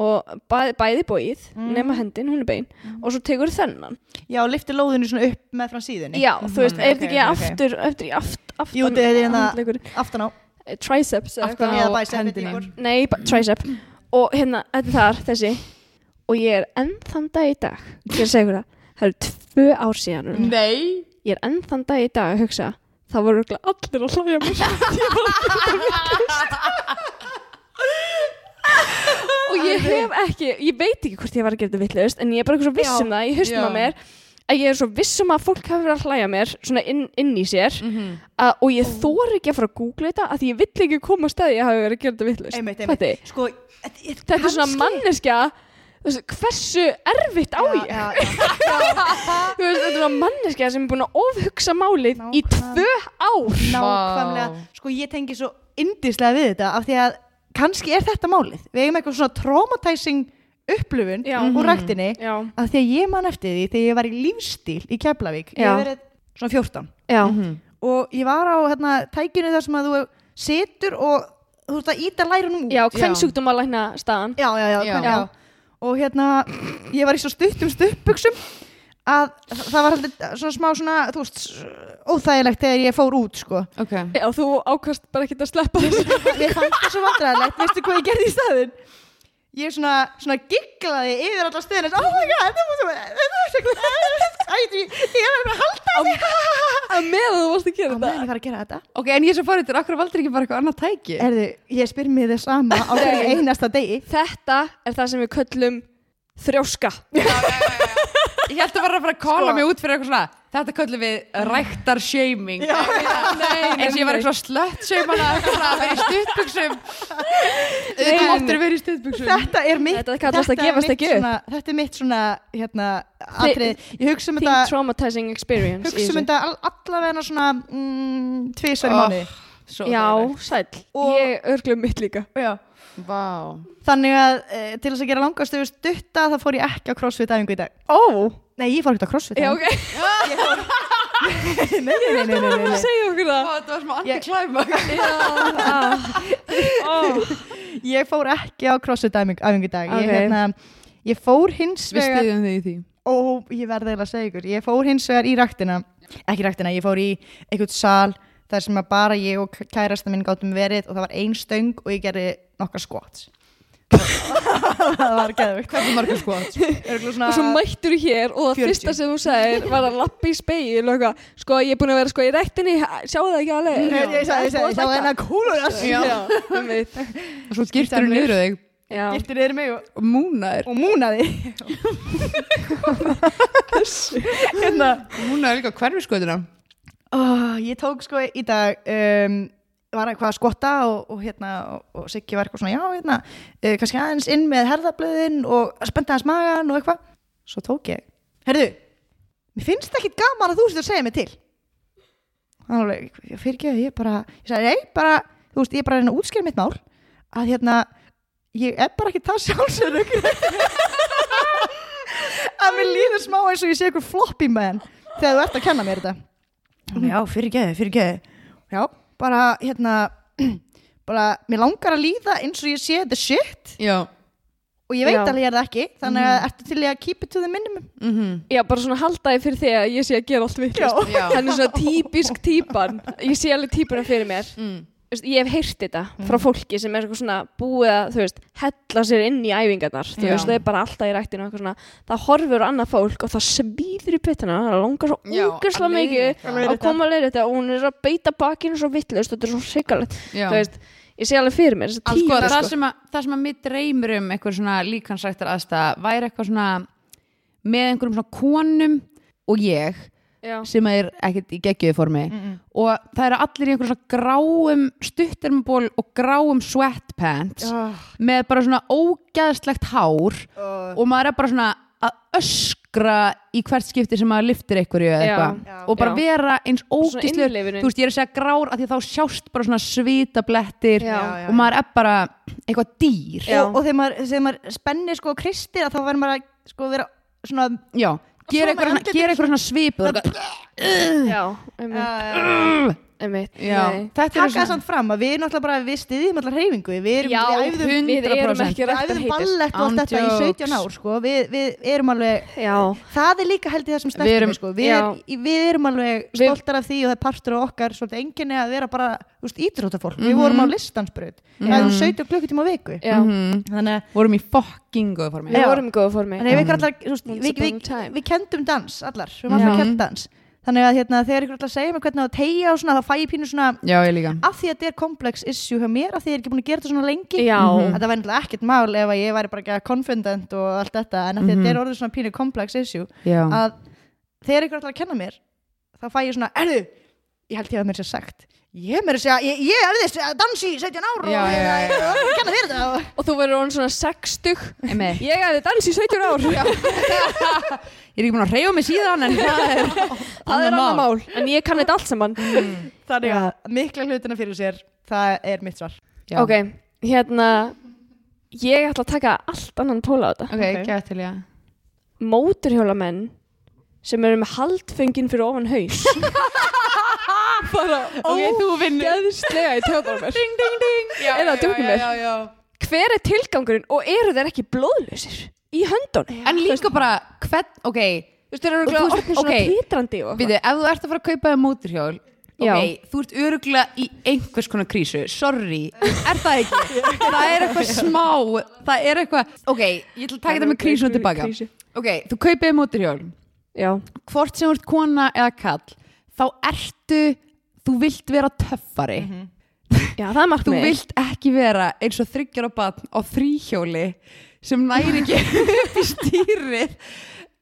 og bæ, bæði bóið Mm. nema hendin, hún er bein og svo tekur þennan já, lifti lóðinu svona upp með frá síðunni Já, þú veist, er þetta Mm, ok, ekki ok, ok. aftur, eftir í aft, aftan Jú, þetta er hérna- handleggur, aftan á, eh, triceps eða aftan Mm. Á á bæsefni hendinni. eitthvað. Nei, ba- tricep og hérna, þetta er þar, þessi Mm. Mm-hmm. og ég er enn þann dag í dag ég er segur það, það eru tvö ár síðan Nei ég er enn þann dag í dag að hugsa það voru örugglega allir að hlæja mér og ég hef ekki ég veit ekki hvort ég var að gera þetta vitlaust en ég er bara eitthvað svo viss um það, ég hustum já. að mér að ég er svo viss um að fólk hafi verið að hlæja mér svona inn, inn í sér Mm. Mm-hmm. að, og ég þor ekki að fara að googla þetta að því ég vill ekki koma að staði að ég hafi verið að gera þetta vitlaust Einmitt, einmitt. Fatti? sko, þetta er þetta er svona manneskja þú veist, hversu erfitt á ég já, já. Þú veist, þetta er svona manneskja sem er búin að ofhugsa málið í tvö ár nákvæmlega, Vá. sko ég tengi svo indislega við þetta af því að kannski er þetta málið, við eigum eitthvað svona traumatizing upplöfun Já. Mhm. úr ræktinni já, af því að ég man eftir því þegar ég var í lífstíl í Keflavík, ég Já. hef verið svona 14 já, Mm-hmm. og ég var á hérna, tækinu þar sem að þú situr og þú ert að íta lærunum út já hvern sjúkdóm að lækna staðan já, já, já, Já. já. já. og hérna, ég var í svo stuttum stuttbuksum að það var alltaf svona smá svona, þú veist óþægilegt þegar ég fór út, sko ok já, þú ákast bara ekki að sleppa þessu Mér fannst það svo vandræðilegt, veistu hvað ég gerði í staðinn? Ég svona, svona gigglaði yfir alla stöðin Oh my god, þetta var svo Þetta var svo Æ, því- ég er að halda þetta að með að þú varst að Á gera meðan þetta ég var að gera þetta ok, en ég er svo farið til, akkur valdur ekki bara eitthvað annað tæki Erðu, ég spyr mér þess sama á hverju einasta degi þetta er það sem við köllum þrjóska ég held að vera að fara að kóla mig út fyrir eitthvað svona þetta köllum við ræktar shaming eins og ég var eitthvað slött shaman að vera í stuttbuksum Nei, þú nei. máttur vera í stuttbuksum Þetta er mitt Þetta kallast að er gefast mitt ekki upp. svona, Þetta er mitt svona, hérna atrið, Ég hugsa um think þetta traumatizing experience í Hugsa um þessu. þetta all- allavega svona mm, Tvisar í Oh. mánu Svo já, óþægilegt. sæll, Og- ég örglum mitt líka Já Vá. Þannig að e, til þess að gera langast yfir stutta þá fór ég ekki á crossfit æfingu í dag Ó! Nei, ég fór ekki á crossfit já, ok, nei, nei, nei, nei, nei, það segja okkur Vá, það Ah. þetta var smá antiklæma já, á, ó nei. Ég fór ekki á crossfit æfingu, æfingu í dag Ok. ég, hérna, ég fór hins við vegar stiðjum þig í því Ó, ég verði eiginlega að segja ykkur Ég fór hins vegar í raktina Ekki raktina, ég fór í einhvern sal þar sem að bara ég og kærasta minn gáttum verið og það var ein stöng og ég gerði nokkar skvots Það var geðvikt hversu margur skot Og og Hérna, svo mættur hér og það 40. fyrsta sem þú segir var að lappa í speil og eitthvað, sko ég er búin að vera sko í rektinni sjáu það ekki alveg Ég ég sagði, ég sagði, ég sagði, ég sagði, já, einmitt. og svo girtur hún niður á þig já. Giftir yfir mig og og múnar og múnaði hérna múnar líka hverfi skoðina oh, ég tók sko í dag um, var eitthvað að skotta og, og hérna og, og Siggi var eitthvað svona já hérna uh, kannski aðeins inn með herðablöðin og spenta aðeins magan og eitthvað svo tók ég herðu mér finnst ekkit gaman að þú sér að segja mig til hann var alveg ég fyrirgeðu ég bara ég sagði nei bara þú veist ég er bara að reyna að útskýra mitt mál að hérna ég er bara ekki það sjálfsögur að mér líður smá eins og ég sé eitthvað floppy man þegar þú ert að kenna mér þetta Hún, já, fyrir geði, fyrir geði já, bara hérna bara, mér langar að líða eins og ég sé þetta shit já og ég veit Já. alveg ég er það ekki þannig að ertu til í að keep it to the minimum Mm-hmm. já, bara svona haldaði fyrir því að ég sé að gera allt vittlust Já. hann er svona típisk típan ég sé alveg típuna fyrir mér Mm. Þú veist, ég hef heyrt þetta Mm. frá fólki sem er eitthvað svona búið að þú veist, hella sér inn í æfingarnar þú Já. veist, það er bara alltaf í rættinu og eitthvað svona, það horfur á annað fólk og það svíður í pittana, það langar svo Já, ógeðslega að mikið leiðrétta. að koma að leira þetta og hún er að beita bakinu svo vittlust og þetta er svo sikalegt Já. þú veist, ég sé alveg fyrir mér Að sko, tíma, það, sko. sem að, það sem að mér dreymir um eitthvað svona líkansrættar aðstæða væri eitthvað svona með einhverjum svona konum og ég Já. sem er ekkert í geggjöðu formi og það eru allir í einhverjum svona gráum stuttermaból og gráum sweatpants með bara svona ógæðslegt hár og maður er bara svona að öskra í hvert skipti sem maður liftir einhverju eða Já. eitthvað Já. og bara Já. vera eins ógæðslegur innlifunin. þú veist ég er að segja grár að því að þá sjást bara svona svítablettir Já. Já, og maður er bara eitthvað dýr Já. og, og þegar maður, þegar maður spennir sko kristir að þá verður maður að sko vera svona Já, gera svo með eitthvað andlitið gera eitthvað svona svipu já, Uh, einmitt, einmitt nei. Þetta er eh, taka svona þessan fram að við erum alltaf bara við stiðjum allar hreyfingu við erum, já, við æfðum við erum 100%. ekki Við æfum rættarheitir ballett og Án allt þetta í jokes. 17 ár sko. við, við erum alveg já, það er líka held í þessum Við snertum erum- við, sko. við, er, við erum alveg Við- stoltar af því og það er partur af okkar svolítið enginni að vera bara ítrúta fólk, við vorum á listansbröð við erum 17 um klukkutíma á viku Mhm. já Mhm. þannig að vorum í fucking góðu formi við Já. vorum í góða formi þannig að við, allar, þú veist, Once upon við, a við, time. við kendum dans allar, við erum alltaf Já. kent dans þannig að hérna, þegar ykkur ætla að segja mér hvernig á að tegja og svona, þá fæ ég pínu svona Já, ég líka af því að þetta er komplex issue hjá mér af því að ég er ekki búin að gera þetta svona lengi Já. Mhm. þetta væri náttúrulega ekkert mál ef að ég væri bara ekki confident og allt þetta en af því að Mhm. þetta er orðið svona pínu komplex issue Já, að þegar ykkur ætlar að kenna mér þá fæ ég svona, erðu ég held ég að mér sé sagt ég er mér að segja, ég, ég er þess að dansi í 17 ára Já, já, og já, ég er að kenna þér þetta og og þú verður orðin svona sextug Einmitt. ég hefði dans í 17 ár Ég er ekki búin að reyfa mig síðan en það er það er annað mál, en ég kann þetta allt saman þannig að mikla hlutina fyrir sér það er mitt svar Já. ok, hérna ég ætla að taka allt annan póla á þetta Ok, okay. gæt til, já móturhjólamenn sem eru með haldföngin fyrir ofan haus bara Ok, þú vinnur ógeðslega í töðbara mér ding, ding, ding. Já, er það að djóka mér já. hver er tilgangurinn og eru þeir ekki blóðlausir í höndunum En líka bara, hvern, ok Þú veist, og þú veist svona okay. Ok, pítrandi og býtu, ef þú ert að fara að kaupa þér móturhjól Já. Ok, þú ert örugla í einhvers konar krísu Sorry, er það ekki? það er eitthvað smá Það er eitthvað, ok, ég ætla að taka þetta með krísuna tilbaka Krísu. Ok, þú kaupið þér móturhjól já, Hvort sem þú ert kona eða kall Þá ertu, þú vilt vera Mhm. töffari já, það er Þú markmið vilt ekki vera eins og þryggjara batn á þrýhjóli sem næri ekki upp í stýrið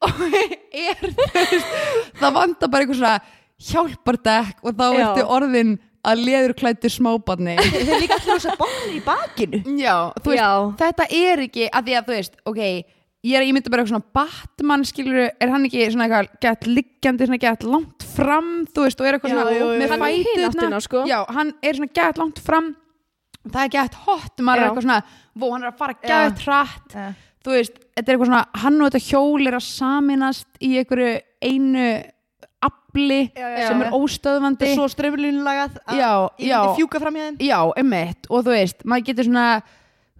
og er þú veist, það vantar bara eitthvað svona hjálpardekk og þá Já. ertu orðin að leður klættu smábarni þeir líka allir þess að bóna í bakinu Já, þú veist, Já. þetta er ekki að því að þú veist, ok ég er að ímynda bara eitthvað svona Batman skilur er hann ekki svona eitthvað gett liggjandi svona gett langt fram, þú veist, og er eitthvað Já, svona jú, jú, með jú. Hann er í hina fæturna. áttina, sko. Já, hann er svona gett langt fram það er gett hot, maður er Já. eitthvað svona vó, hann er að fara Já. gett hratt þú veist, þetta er eitthvað svona, hann og þetta hjól er að saminast í einhverju einu afli Já, já, sem já. er óstöðvandi þetta er svo ströflunlagað að já, ég já. myndi fjúka fram í þeim Já, emmitt, og þú veist, maður getur svona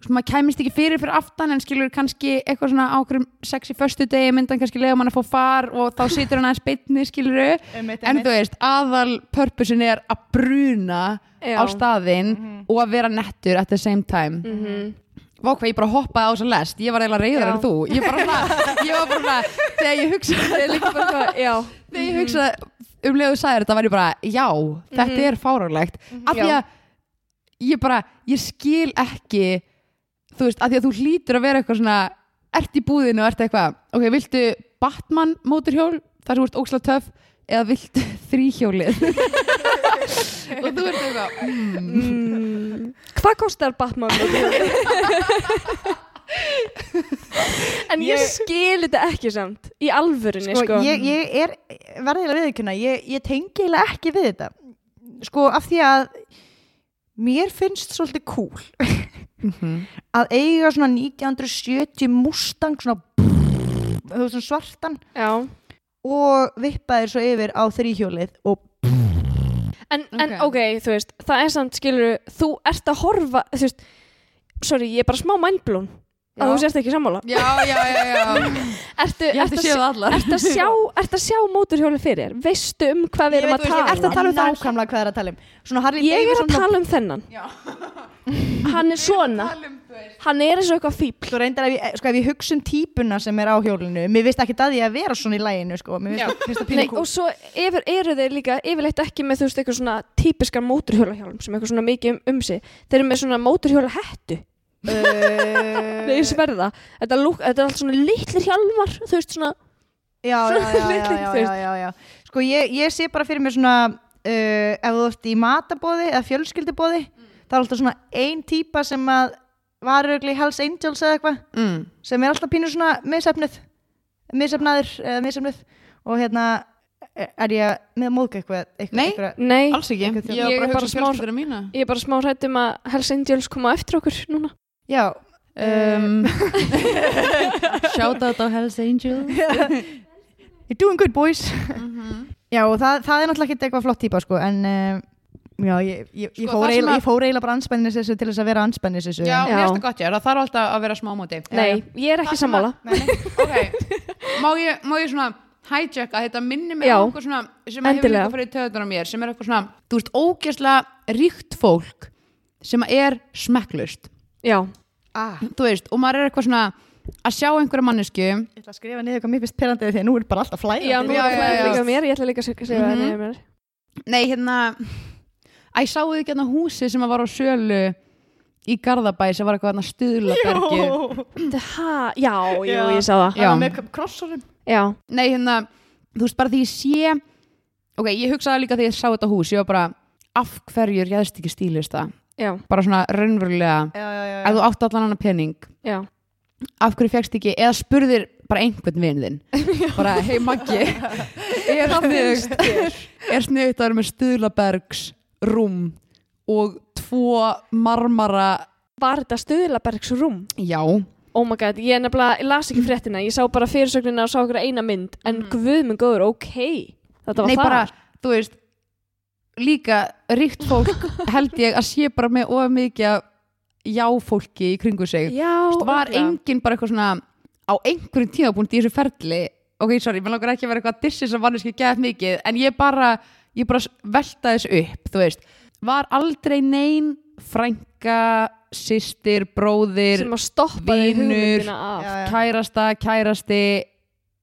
svona, maður kæmist ekki fyrir fyrir aftan en skilur kannski eitthvað svona ákveðum sex í förstu degi myndan kannski lega mann að fá far og þá situr hann aðeins beitni skilur Einmitt, en þú veist, aðal purpusin er að bruna Já. Mhm. á staðinn og að vera nettur at the same time mm -hmm. Vá hvað, ég bara hoppaði á þess að lest ég var eiginlega reyðar Já. en þú ég, bara, svona- ég var bara, svona, þegar ég hugsaði er líka bara hvað, já þegar ég hugsaði um leiðu sæðir þetta var ég bara, já, þetta er fáránlegt af því Já. að ég bara, ég skil ekki þú veist, af því að þú hlýtur að vera eitthvað svona, ert í búðinu og ert eitthvað ok, viltu Batman móturhjól þar sem þú ert óksla töf eða viltu þríhjólið og þú ert eitthvað mm, mm. hvað kostar Batman en ég Ég- skil þetta ekki samt í alvörinni sko, sko, ég, ég er verðilega viðkjöna ég, ég tengi eiginlega ekki við þetta sko af því að mér finnst svolítið cool Mhm. að eiga svona 1970 Mustang svona, brrr, þú veist, svona svartan já og vippa þér svo yfir á þrýhjólið og en, en ok, þú veist, það er samt skilur þú ert að horfa þú veist, sorry, ég er bara smá mindblown að þú sért ekki sammála já, já, já, já ertu, ég ætti ertu, að, sjá, séð það allar ertu, að, sjá, ertu að sjá móturhjóli fyrir þér veistu um hvað við ég erum veit, að þú veist, ég ert tala að tala um? um nákvæmlega hvað það er að tala um svona Harley ég er Davidson að tala um þennan hann er svona um hann er eins og eitthvað fíbl Svo reyndar ef ég, sko, ef ég hugsa um típuna sem er á hjólinu mér veist ekki að ég að vera svona í læginu sko. mér veist- finnst það Nei, pínu kúl og svo yfir, eru þeir líka yfirleitt ekki með þú veist eitthvað svona típiskan móturhjólahjálm sem eitthvað svona mikið um, um sig þeir eru með svona móturhjóla hettu Eh, þeir sverða þetta, lúk, þetta er allt svona litlir hjálmar þú veist svona já, já, já, já, Litlir, já, þú já, veist. já, já. Sko ég, ég sé bara fyrir mér svona uh, ef þú ert í matabóði eða fjölskyldubóði það er alltaf svona ein típa sem að var örugglega í Hells Angels eða eitthvað mm. sem er alltaf pínu svona misefnuð misefnaður eða misefnuð og hérna er ég með að móðka eitthvað, eitthvað, Nei. eitthvað nei, alls ekki, Einhvern tímann. ég Ég var er bara að bara hugsa um smá- fjölskyldina mína ég er bara smá hrætt um að Hells Angels koma á eftir okkur núna já, um, shout out á Hells Angels you're doing good boys Mhm. já og það, það er náttúrulega ekki eitthvað flott típa sko en um, já, ég, ég, ég, Sko, það fór sem eiginlega- að- ég fór eiginlega bara anspænnis þessu til þess að vera anspænnis þessu Já, en- mér Já. finnst það gott, já, það þarf alltaf að vera smá á móti nei, ég er ekki sammála Nei, nei. ok, má ég, má ég svona hijacka þetta minni mig Já. á eitthvað svona sem að hefur Endilega. líka fyrir töðunar á mér sem er eitthvað svona, þú veist, ógeðslega ríkt fólk sem er smekklust já, Ah. ah, þú veist, og maður er eitthvað svona að sjá einhverja mannesku Ég ætla að skrifa niður hvað mér finnst perandi því að nú er bara alltaf flæða Já, nú Já, er já, það já. líka mér, ég ætla líka að segja mm Mhm. -hmm. það mér. nei hérna að ég sáðu ekki hérna húsi sem að var á sölu í Garðabæ sem var eitthvað hérna stuðlabergi Ha, já, jú, Já. ég sá það. Já. Já, með krossorum Já, nei hérna þú veist bara því ég sé ok ég hugsaði líka þegar ég sá þetta hús ég var bara af hverju réðst ekki stílist það já, bara svona raunverulega Já, já, já, já. ef þú átt allan annan pening já. af hverju fegst ekki eða spurðir bara einhvern vinn þinn bara hei Maggi er sniðugt er sniðugt að vera með stuðlabergs rúm og tvo marmara Var þetta stuðlabergs rúm? já, Oh my god, ég nefnilega, ég las ekki fréttina, ég sá bara fyrirsögnina og sá okkur eina mynd, en guð minn góður, ok, þetta var nei það. bara þú veist líka ríkt fólk held ég að sé bara með of mikið af já-fólki í kringu sig já, Þú veist, var örugglega. enginn bara eitthvað svona á einhverjum tíðapunkt í þessu ferli ok, sorry, mér langar ekki að vera eitthvað dissis að vanneski geðað mikið, en ég bara ég bara velta þessu upp, þú veist var aldrei nein frænka, systir, bróðir sem að stoppa þig vinur. hugmyndina af. Já, já. kærasta, kærasti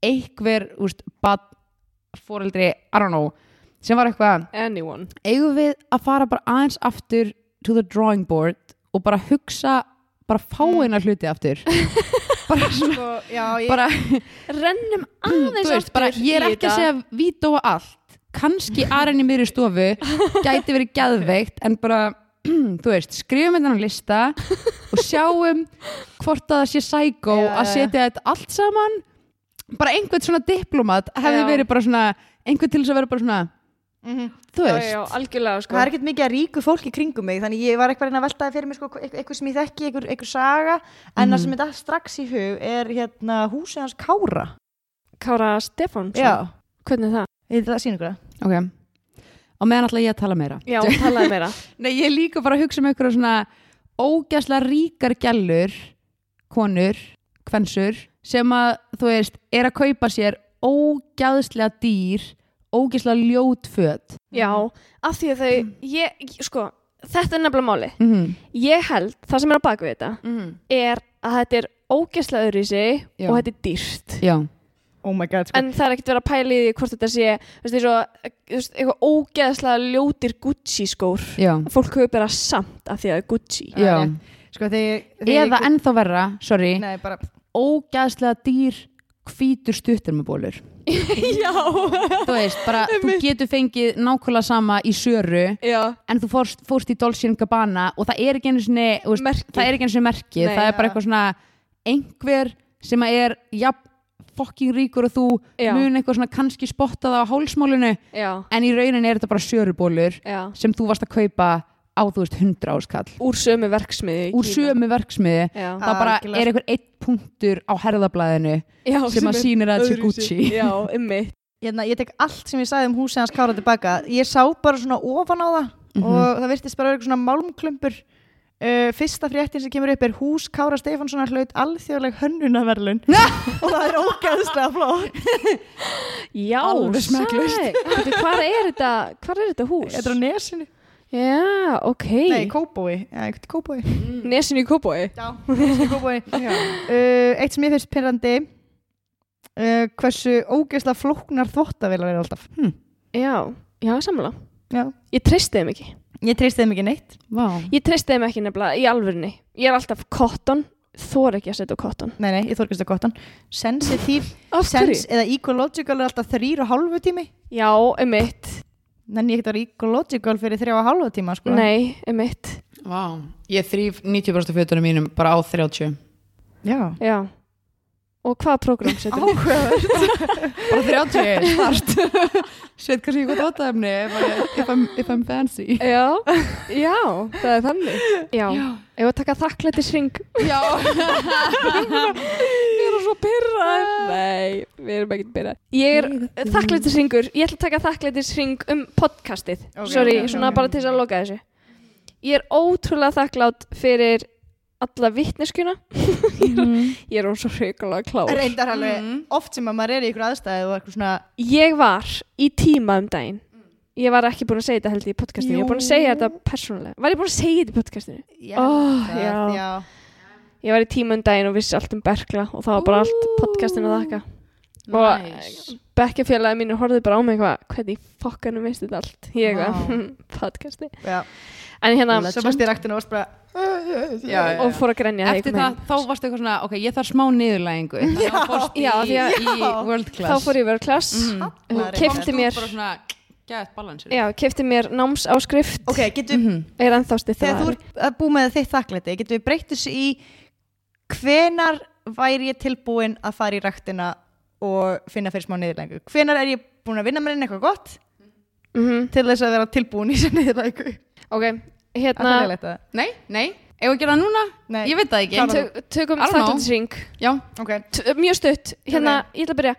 einhver, úst, bad fóreldri, I don't know sem var eitthvað, Anyone. eigum við að fara bara aðeins aftur to the drawing board og bara hugsa bara Mm. fáina hluti aftur bara svona Sko, já, ég bara, Rennum aðeins þú veist, aftur bara, ég er í ekki að þetta. segja vítóa allt kannski aðrenn í mér í stofu gæti verið gæðveikt en bara, þú veist, skrifum þetta á lista og sjáum hvort að það sé sækó Já, að já. setja þetta allt saman bara einhvern svona diplomat hefði Já. verið bara svona einhvern til þess að vera bara svona þú Já, veist, já, algjörlega, sko. Mhm. Það er ekkert mikið að ríku fólk í kringum mig þannig ég var eitthvað að reyna að veltaði fyrir mér sko, eit- eitthvað sem ég þekki, eitthvað, eitthvað saga en það sem þetta strax í hug er hérna húsið hans Kára Kára Stefánsson, hvernig er það? Við það sýnum ykkur það ok og meðan ætla ég að tala meira Já, talaði meira. Nei, ég er líka bara að hugsa um einhverja svona ógæslega ríkar gælur, konur, kvensur, sem að, þú veist, er að kaupa sér ógæðslega dýr, ógæslega ljótföt. Já, af því að þau, ég, sko, þetta er nefnilega máli. Mm -hmm. Ég held, það sem er á baku þetta, er að þetta er ógeðslega öðru í sig Já. og þetta er dýrt. Já, Oh my god, sko En það er ekkert verið að pæla í því hvort þetta sé, þú veist, eins og, þú veist, eitthvað ógeðslega ljótir Gucci skór. já, Fólk höfðu bara samt af því að það er Gucci. já. Sko þegar Eða ennþá verra, sorry, Nei, bara ógæðslega dýr hvítur stuttur með bólur. Já, Þú veist, bara þú getur fengið nákvæmlega sama í söru já, en þú fórst, fórst í Dolce Gabbana og það er ekki einu sinni þú veist, Merkið. það er ekki einu sinni merkið, Nei, það er bara já. eitthvað svona einhver sem að er jafn fokking ríkur og þú Já. mun eitthvað svona kannski spotta það á hálsmálinu já, en í rauninni er þetta bara sörubólur já. sem þú varst að kaupa á þú veist 100 áskall Úr sömu verksmiði. í úr Kína. sömu verksmiði Já. það bara Algjörlega. er einhver eitt punktur á herðablaðinu já, sem að er sýnir að þetta sé öðruvísi. Gucci Já, ymmi. hérna, Ég tek allt sem ég sagði um húsið hans Kára tilbaka Ég sá bara svona ofan á það og það virtist bara vera eitthvað svona málmklumpur Uh, fyrsta fréttin sem kemur upp er hús Kára Stefánssonar hlaut alþjóðleg hönnunaverlun og það er ógeðslega flott Já, Alveg smekklaust. Hvað er þetta, hvað er þetta hús? Þetta er á nesinu Já, ok. Nei, Kóbói Já, eitthvað Kóbói Nesin í kópói. Já, nesinu Kóbói uh, Eitt sem ég finnst pyrrandi uh, Hversu ógeðslega flóknar þvottavélar er alltaf Já, já, sammála. Já. Ég treysti þeim ekki. Ég treysti þeim ekki neitt Vá. Ég treysti þeim ekki nefnilega í alvörinni. Ég er alltaf cotton, þor ekki að setja á cotton. Nei, nei, ég þorkast að gottan Sensitive, Af hverju? sense eða ecological er alltaf þrýr og hálfu tími Já, um eitt. Nenni ég ekkert að vera ecological fyrir þrjá og hálfu tíma sko. Nei, um eitt. Vá. ég þrýf 90% fötunum mínum bara á 30 Já Já. Og hvaða program setjum við? Áhugaverð. bara 30 start set kannski eitthvað áttaefni if, I- if, I'm- if I'm fancy Já, já, það er þannig. Já, ef að taka þakklættis ring. já Við erum svo pyrrað. Nei, við erum ekkert pyrrað. Ég er þakklættis ringur, ég ætla að taka þakklættis ring um podcastið. Ok, Sorry, ok, ok, svona ok. bara til þess að loka þessu. Ég er ótrúlega þakklátt fyrir alla vittneskuna. Mhm. ég er ótrúlega hrikalega klár. Reyndar alveg Mm-hmm. oft sem að maður er í ykkur aðstæði og eitthvað svona Ég var í tíma um daginn. Ég var ekki búin að segja þetta held ég í Mm. podcastinu. Ég er búin að segja þetta persónulega. Var ég búin að segja þetta í podcastinu? Já, Ó, það- já. já. ég var í tímundaginn og vissi allt um Berkla og það var bara allt podcastinu að þakka Og- Nice. bekkjafélagi mínir horfði bara á mig eitthvað hvernig fokkanum veist þetta allt ég eitthvað, "Hm, podcasti Já. en hérna, Svo fannst ég ræktinu og varst bara Já, já, og já. fór að grenja þegar ég Eftir kom það, heim. þá varstu eitthvað svona, ok, ég þarf smá niðurlægingu Þannig að fórst í, Já, því að- í world þá class fór ég verið klass Mm. og kefti mér Bara svona, gæðt balansir já, Mhm. kefti mér námsáskrift Ok, getum, er ennþá stið þegar þú ert að búið með þitt þakklæti getum við breytt þessu í hvenar væri ég tilbúin að fara í ræktina og finna fyrir smá niðurlængu hvenar er ég búin að vinna með henni eitthvað gott til þess að vera tilbúin í sem niðurlængu Mhm. ok, Það er hérna leitt að Nei, nei, ef við gera það núna, Nei. ég veit það ekki Kláraðu. tök- tökum I don't know. þakklætisring Já, Ok, T- mjög stutt, hérna, ég ætla að byrja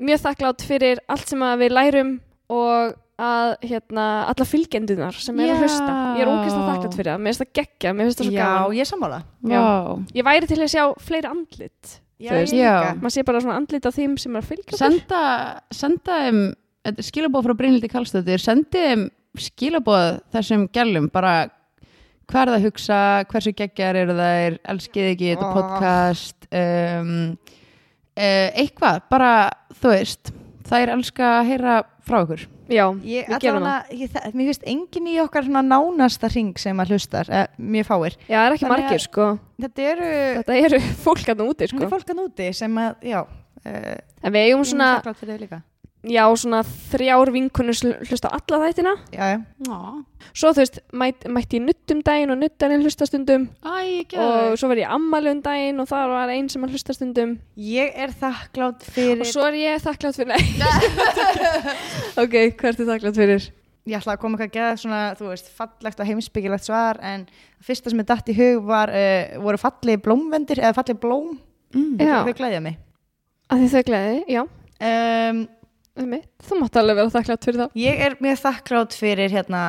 mjög þakklátt fyrir allt sem að við lærum og að hérna, alla fylgjendunar sem er Já. að hlusta ég er ógæst að þakklátt fyrir það, mér finnst það geggja mér finnst það svo já, gaman ég er sammála Já. ég væri til að sjá fleiri andlit Já, Þú ég veist, líka. já. maður sé bara svona andlit á þeim sem er að fylgja okkur senda, senda um, skilabóð frá Brynildi Kallstöðir sendi um skilabóð þessum gælum bara hvað er það að hugsa, hversu geggjar eru þær elskið ekki þetta Ah. podcast um, uh, eitthvað, bara þú veist þær elska að heyra frá ykkur já, Ég, við gerum það allavega, ég, það, mér finnst engin í okkar svona nánasta ring sem að hlustar, eh, mjög fáir já, það er ekki Þannig að- margir sko þetta eru þetta eru fólk að úti þetta sko er fólk að núti sem að, já uh, en við eigum svona, þakklátt fyrir þau líka já, svona þrjár vinkunus hlusta á alla þættina já, já. svo þú veist, mæt, mætti ég nutt um daginn og nuttaninn hlusta stundum Æ, og svo verði ég ammali um daginn og þar var einn sem að hlusta stundum ég er þakklátt fyrir og svo er ég þakklátt fyrir nei ok, hvað ertu þakklátt fyrir? ég ætla að koma eitthvað að geða svona, þú veist, fallegt og heimsbyggilegt svar en það fyrsta sem ég datt í hug var uh, voru fallegi blómvendir eða fallegi blóm, já, þau glæðja mig að því þau gleði, já um, um, þú mátt alveg vera þakklátt fyrir það ég er mjög þakklátt fyrir hérna,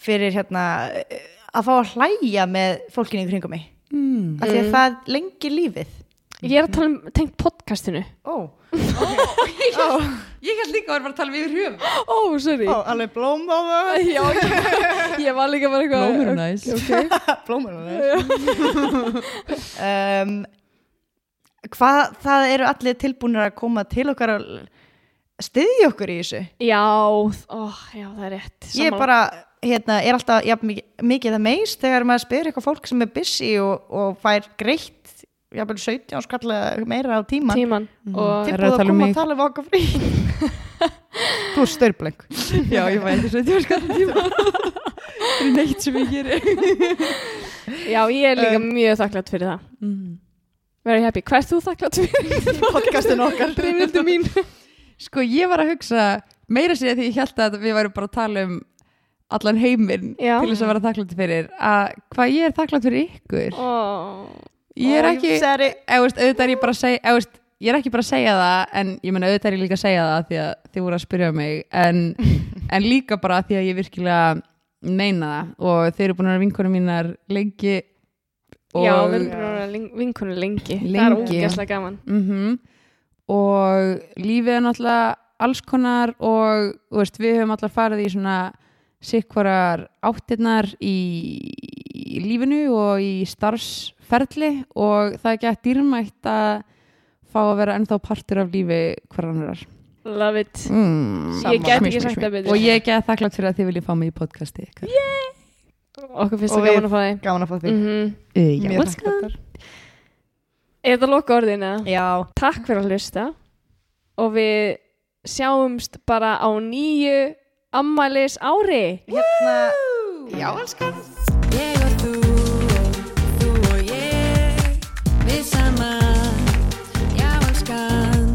fyrir hérna eh, að fá að hlæja með fólkinu í kringum mig mm. af því að það lengi lífið Ég er að tala um tengt podcastinu. ó, Ég held líka að vera að tala við yfir hugum Ó, oh, sorry. alveg blóm á það Já, ég, ég var líka bara eitthvað. Blómur er næs. Ok, blómur á það um, hvað, það eru allir tilbúinir að koma til okkar að styðja okkur í þessu Já, ó, já, það er rétt. ég Sammála. bara, hérna, er alltaf ja, mikið að meist þegar maður spyr eitthvað fólk sem er busy og, og fær greitt jafnvel 17 skallega meira á tíma Tíman. Og, Þeir eru að tala tilbúið að um koma mig. að tala við okkar frí þú er störbleng Já, ég væri þess að ég var skallt tíma Það er neitt sem ég gerir já, ég er líka mjög þakklátt fyrir það. Mm. Very happy. Hvað er þú þakklátt fyrir? podcastin okkar Brynildi mín. Sko, ég var að hugsa meira sér því ég held að við værum bara að tala um allan heiminn Já. til þess að vera þakklátt fyrir að hvað ég er þakklátt fyrir ykkur Ó, Ég er ekki, Seri, eða veist, auðvitað er ég bara að segja eða veist, ég er ekki bara að segja það en ég meina auðvitað er ég líka að segja það því að þið voru að spyrja um mig en, en líka bara því að ég virkilega meina það og þeir eru búin að vera vinkonum mínar lengi já, við erum búin að vera ling- vinkonur lengi. Það er Lengi, já. ógæslega gaman. -hmm. og lífið er náttúrulega alls konar og þú veist, við höfum allar farið í svona sikkvarar áttirnar í, í lífinu og í starfsferli og það er ekki að dýrmætt að fá að vera ennþá partur af lífi hverjanar Love it. mm. Ég Sammála. get Smí, ekki smí, sagt smí. það betur. og ég er ekki að þakklátt fyrir að þið viljið fá mig í podcasti ykkar yeah. Okkur finnst Og það við- gaman að fá þig. gaman að fá því Mm uh, já. Mjög Let's go. þakkláttar. Er þetta loka orðin eða? já, takk fyrir að hlusta og við sjáumst bara á nýju ammælis ári hérna Já, elskan Ég og þú og þú og ég Við saman Já, elskan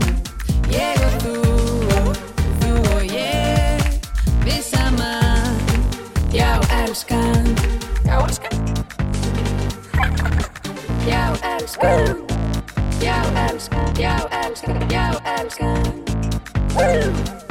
Ég og þú og þú og ég Við saman Já, elskan Já, elskan Já, elskan Já, elskan Já, elskan Já, elskan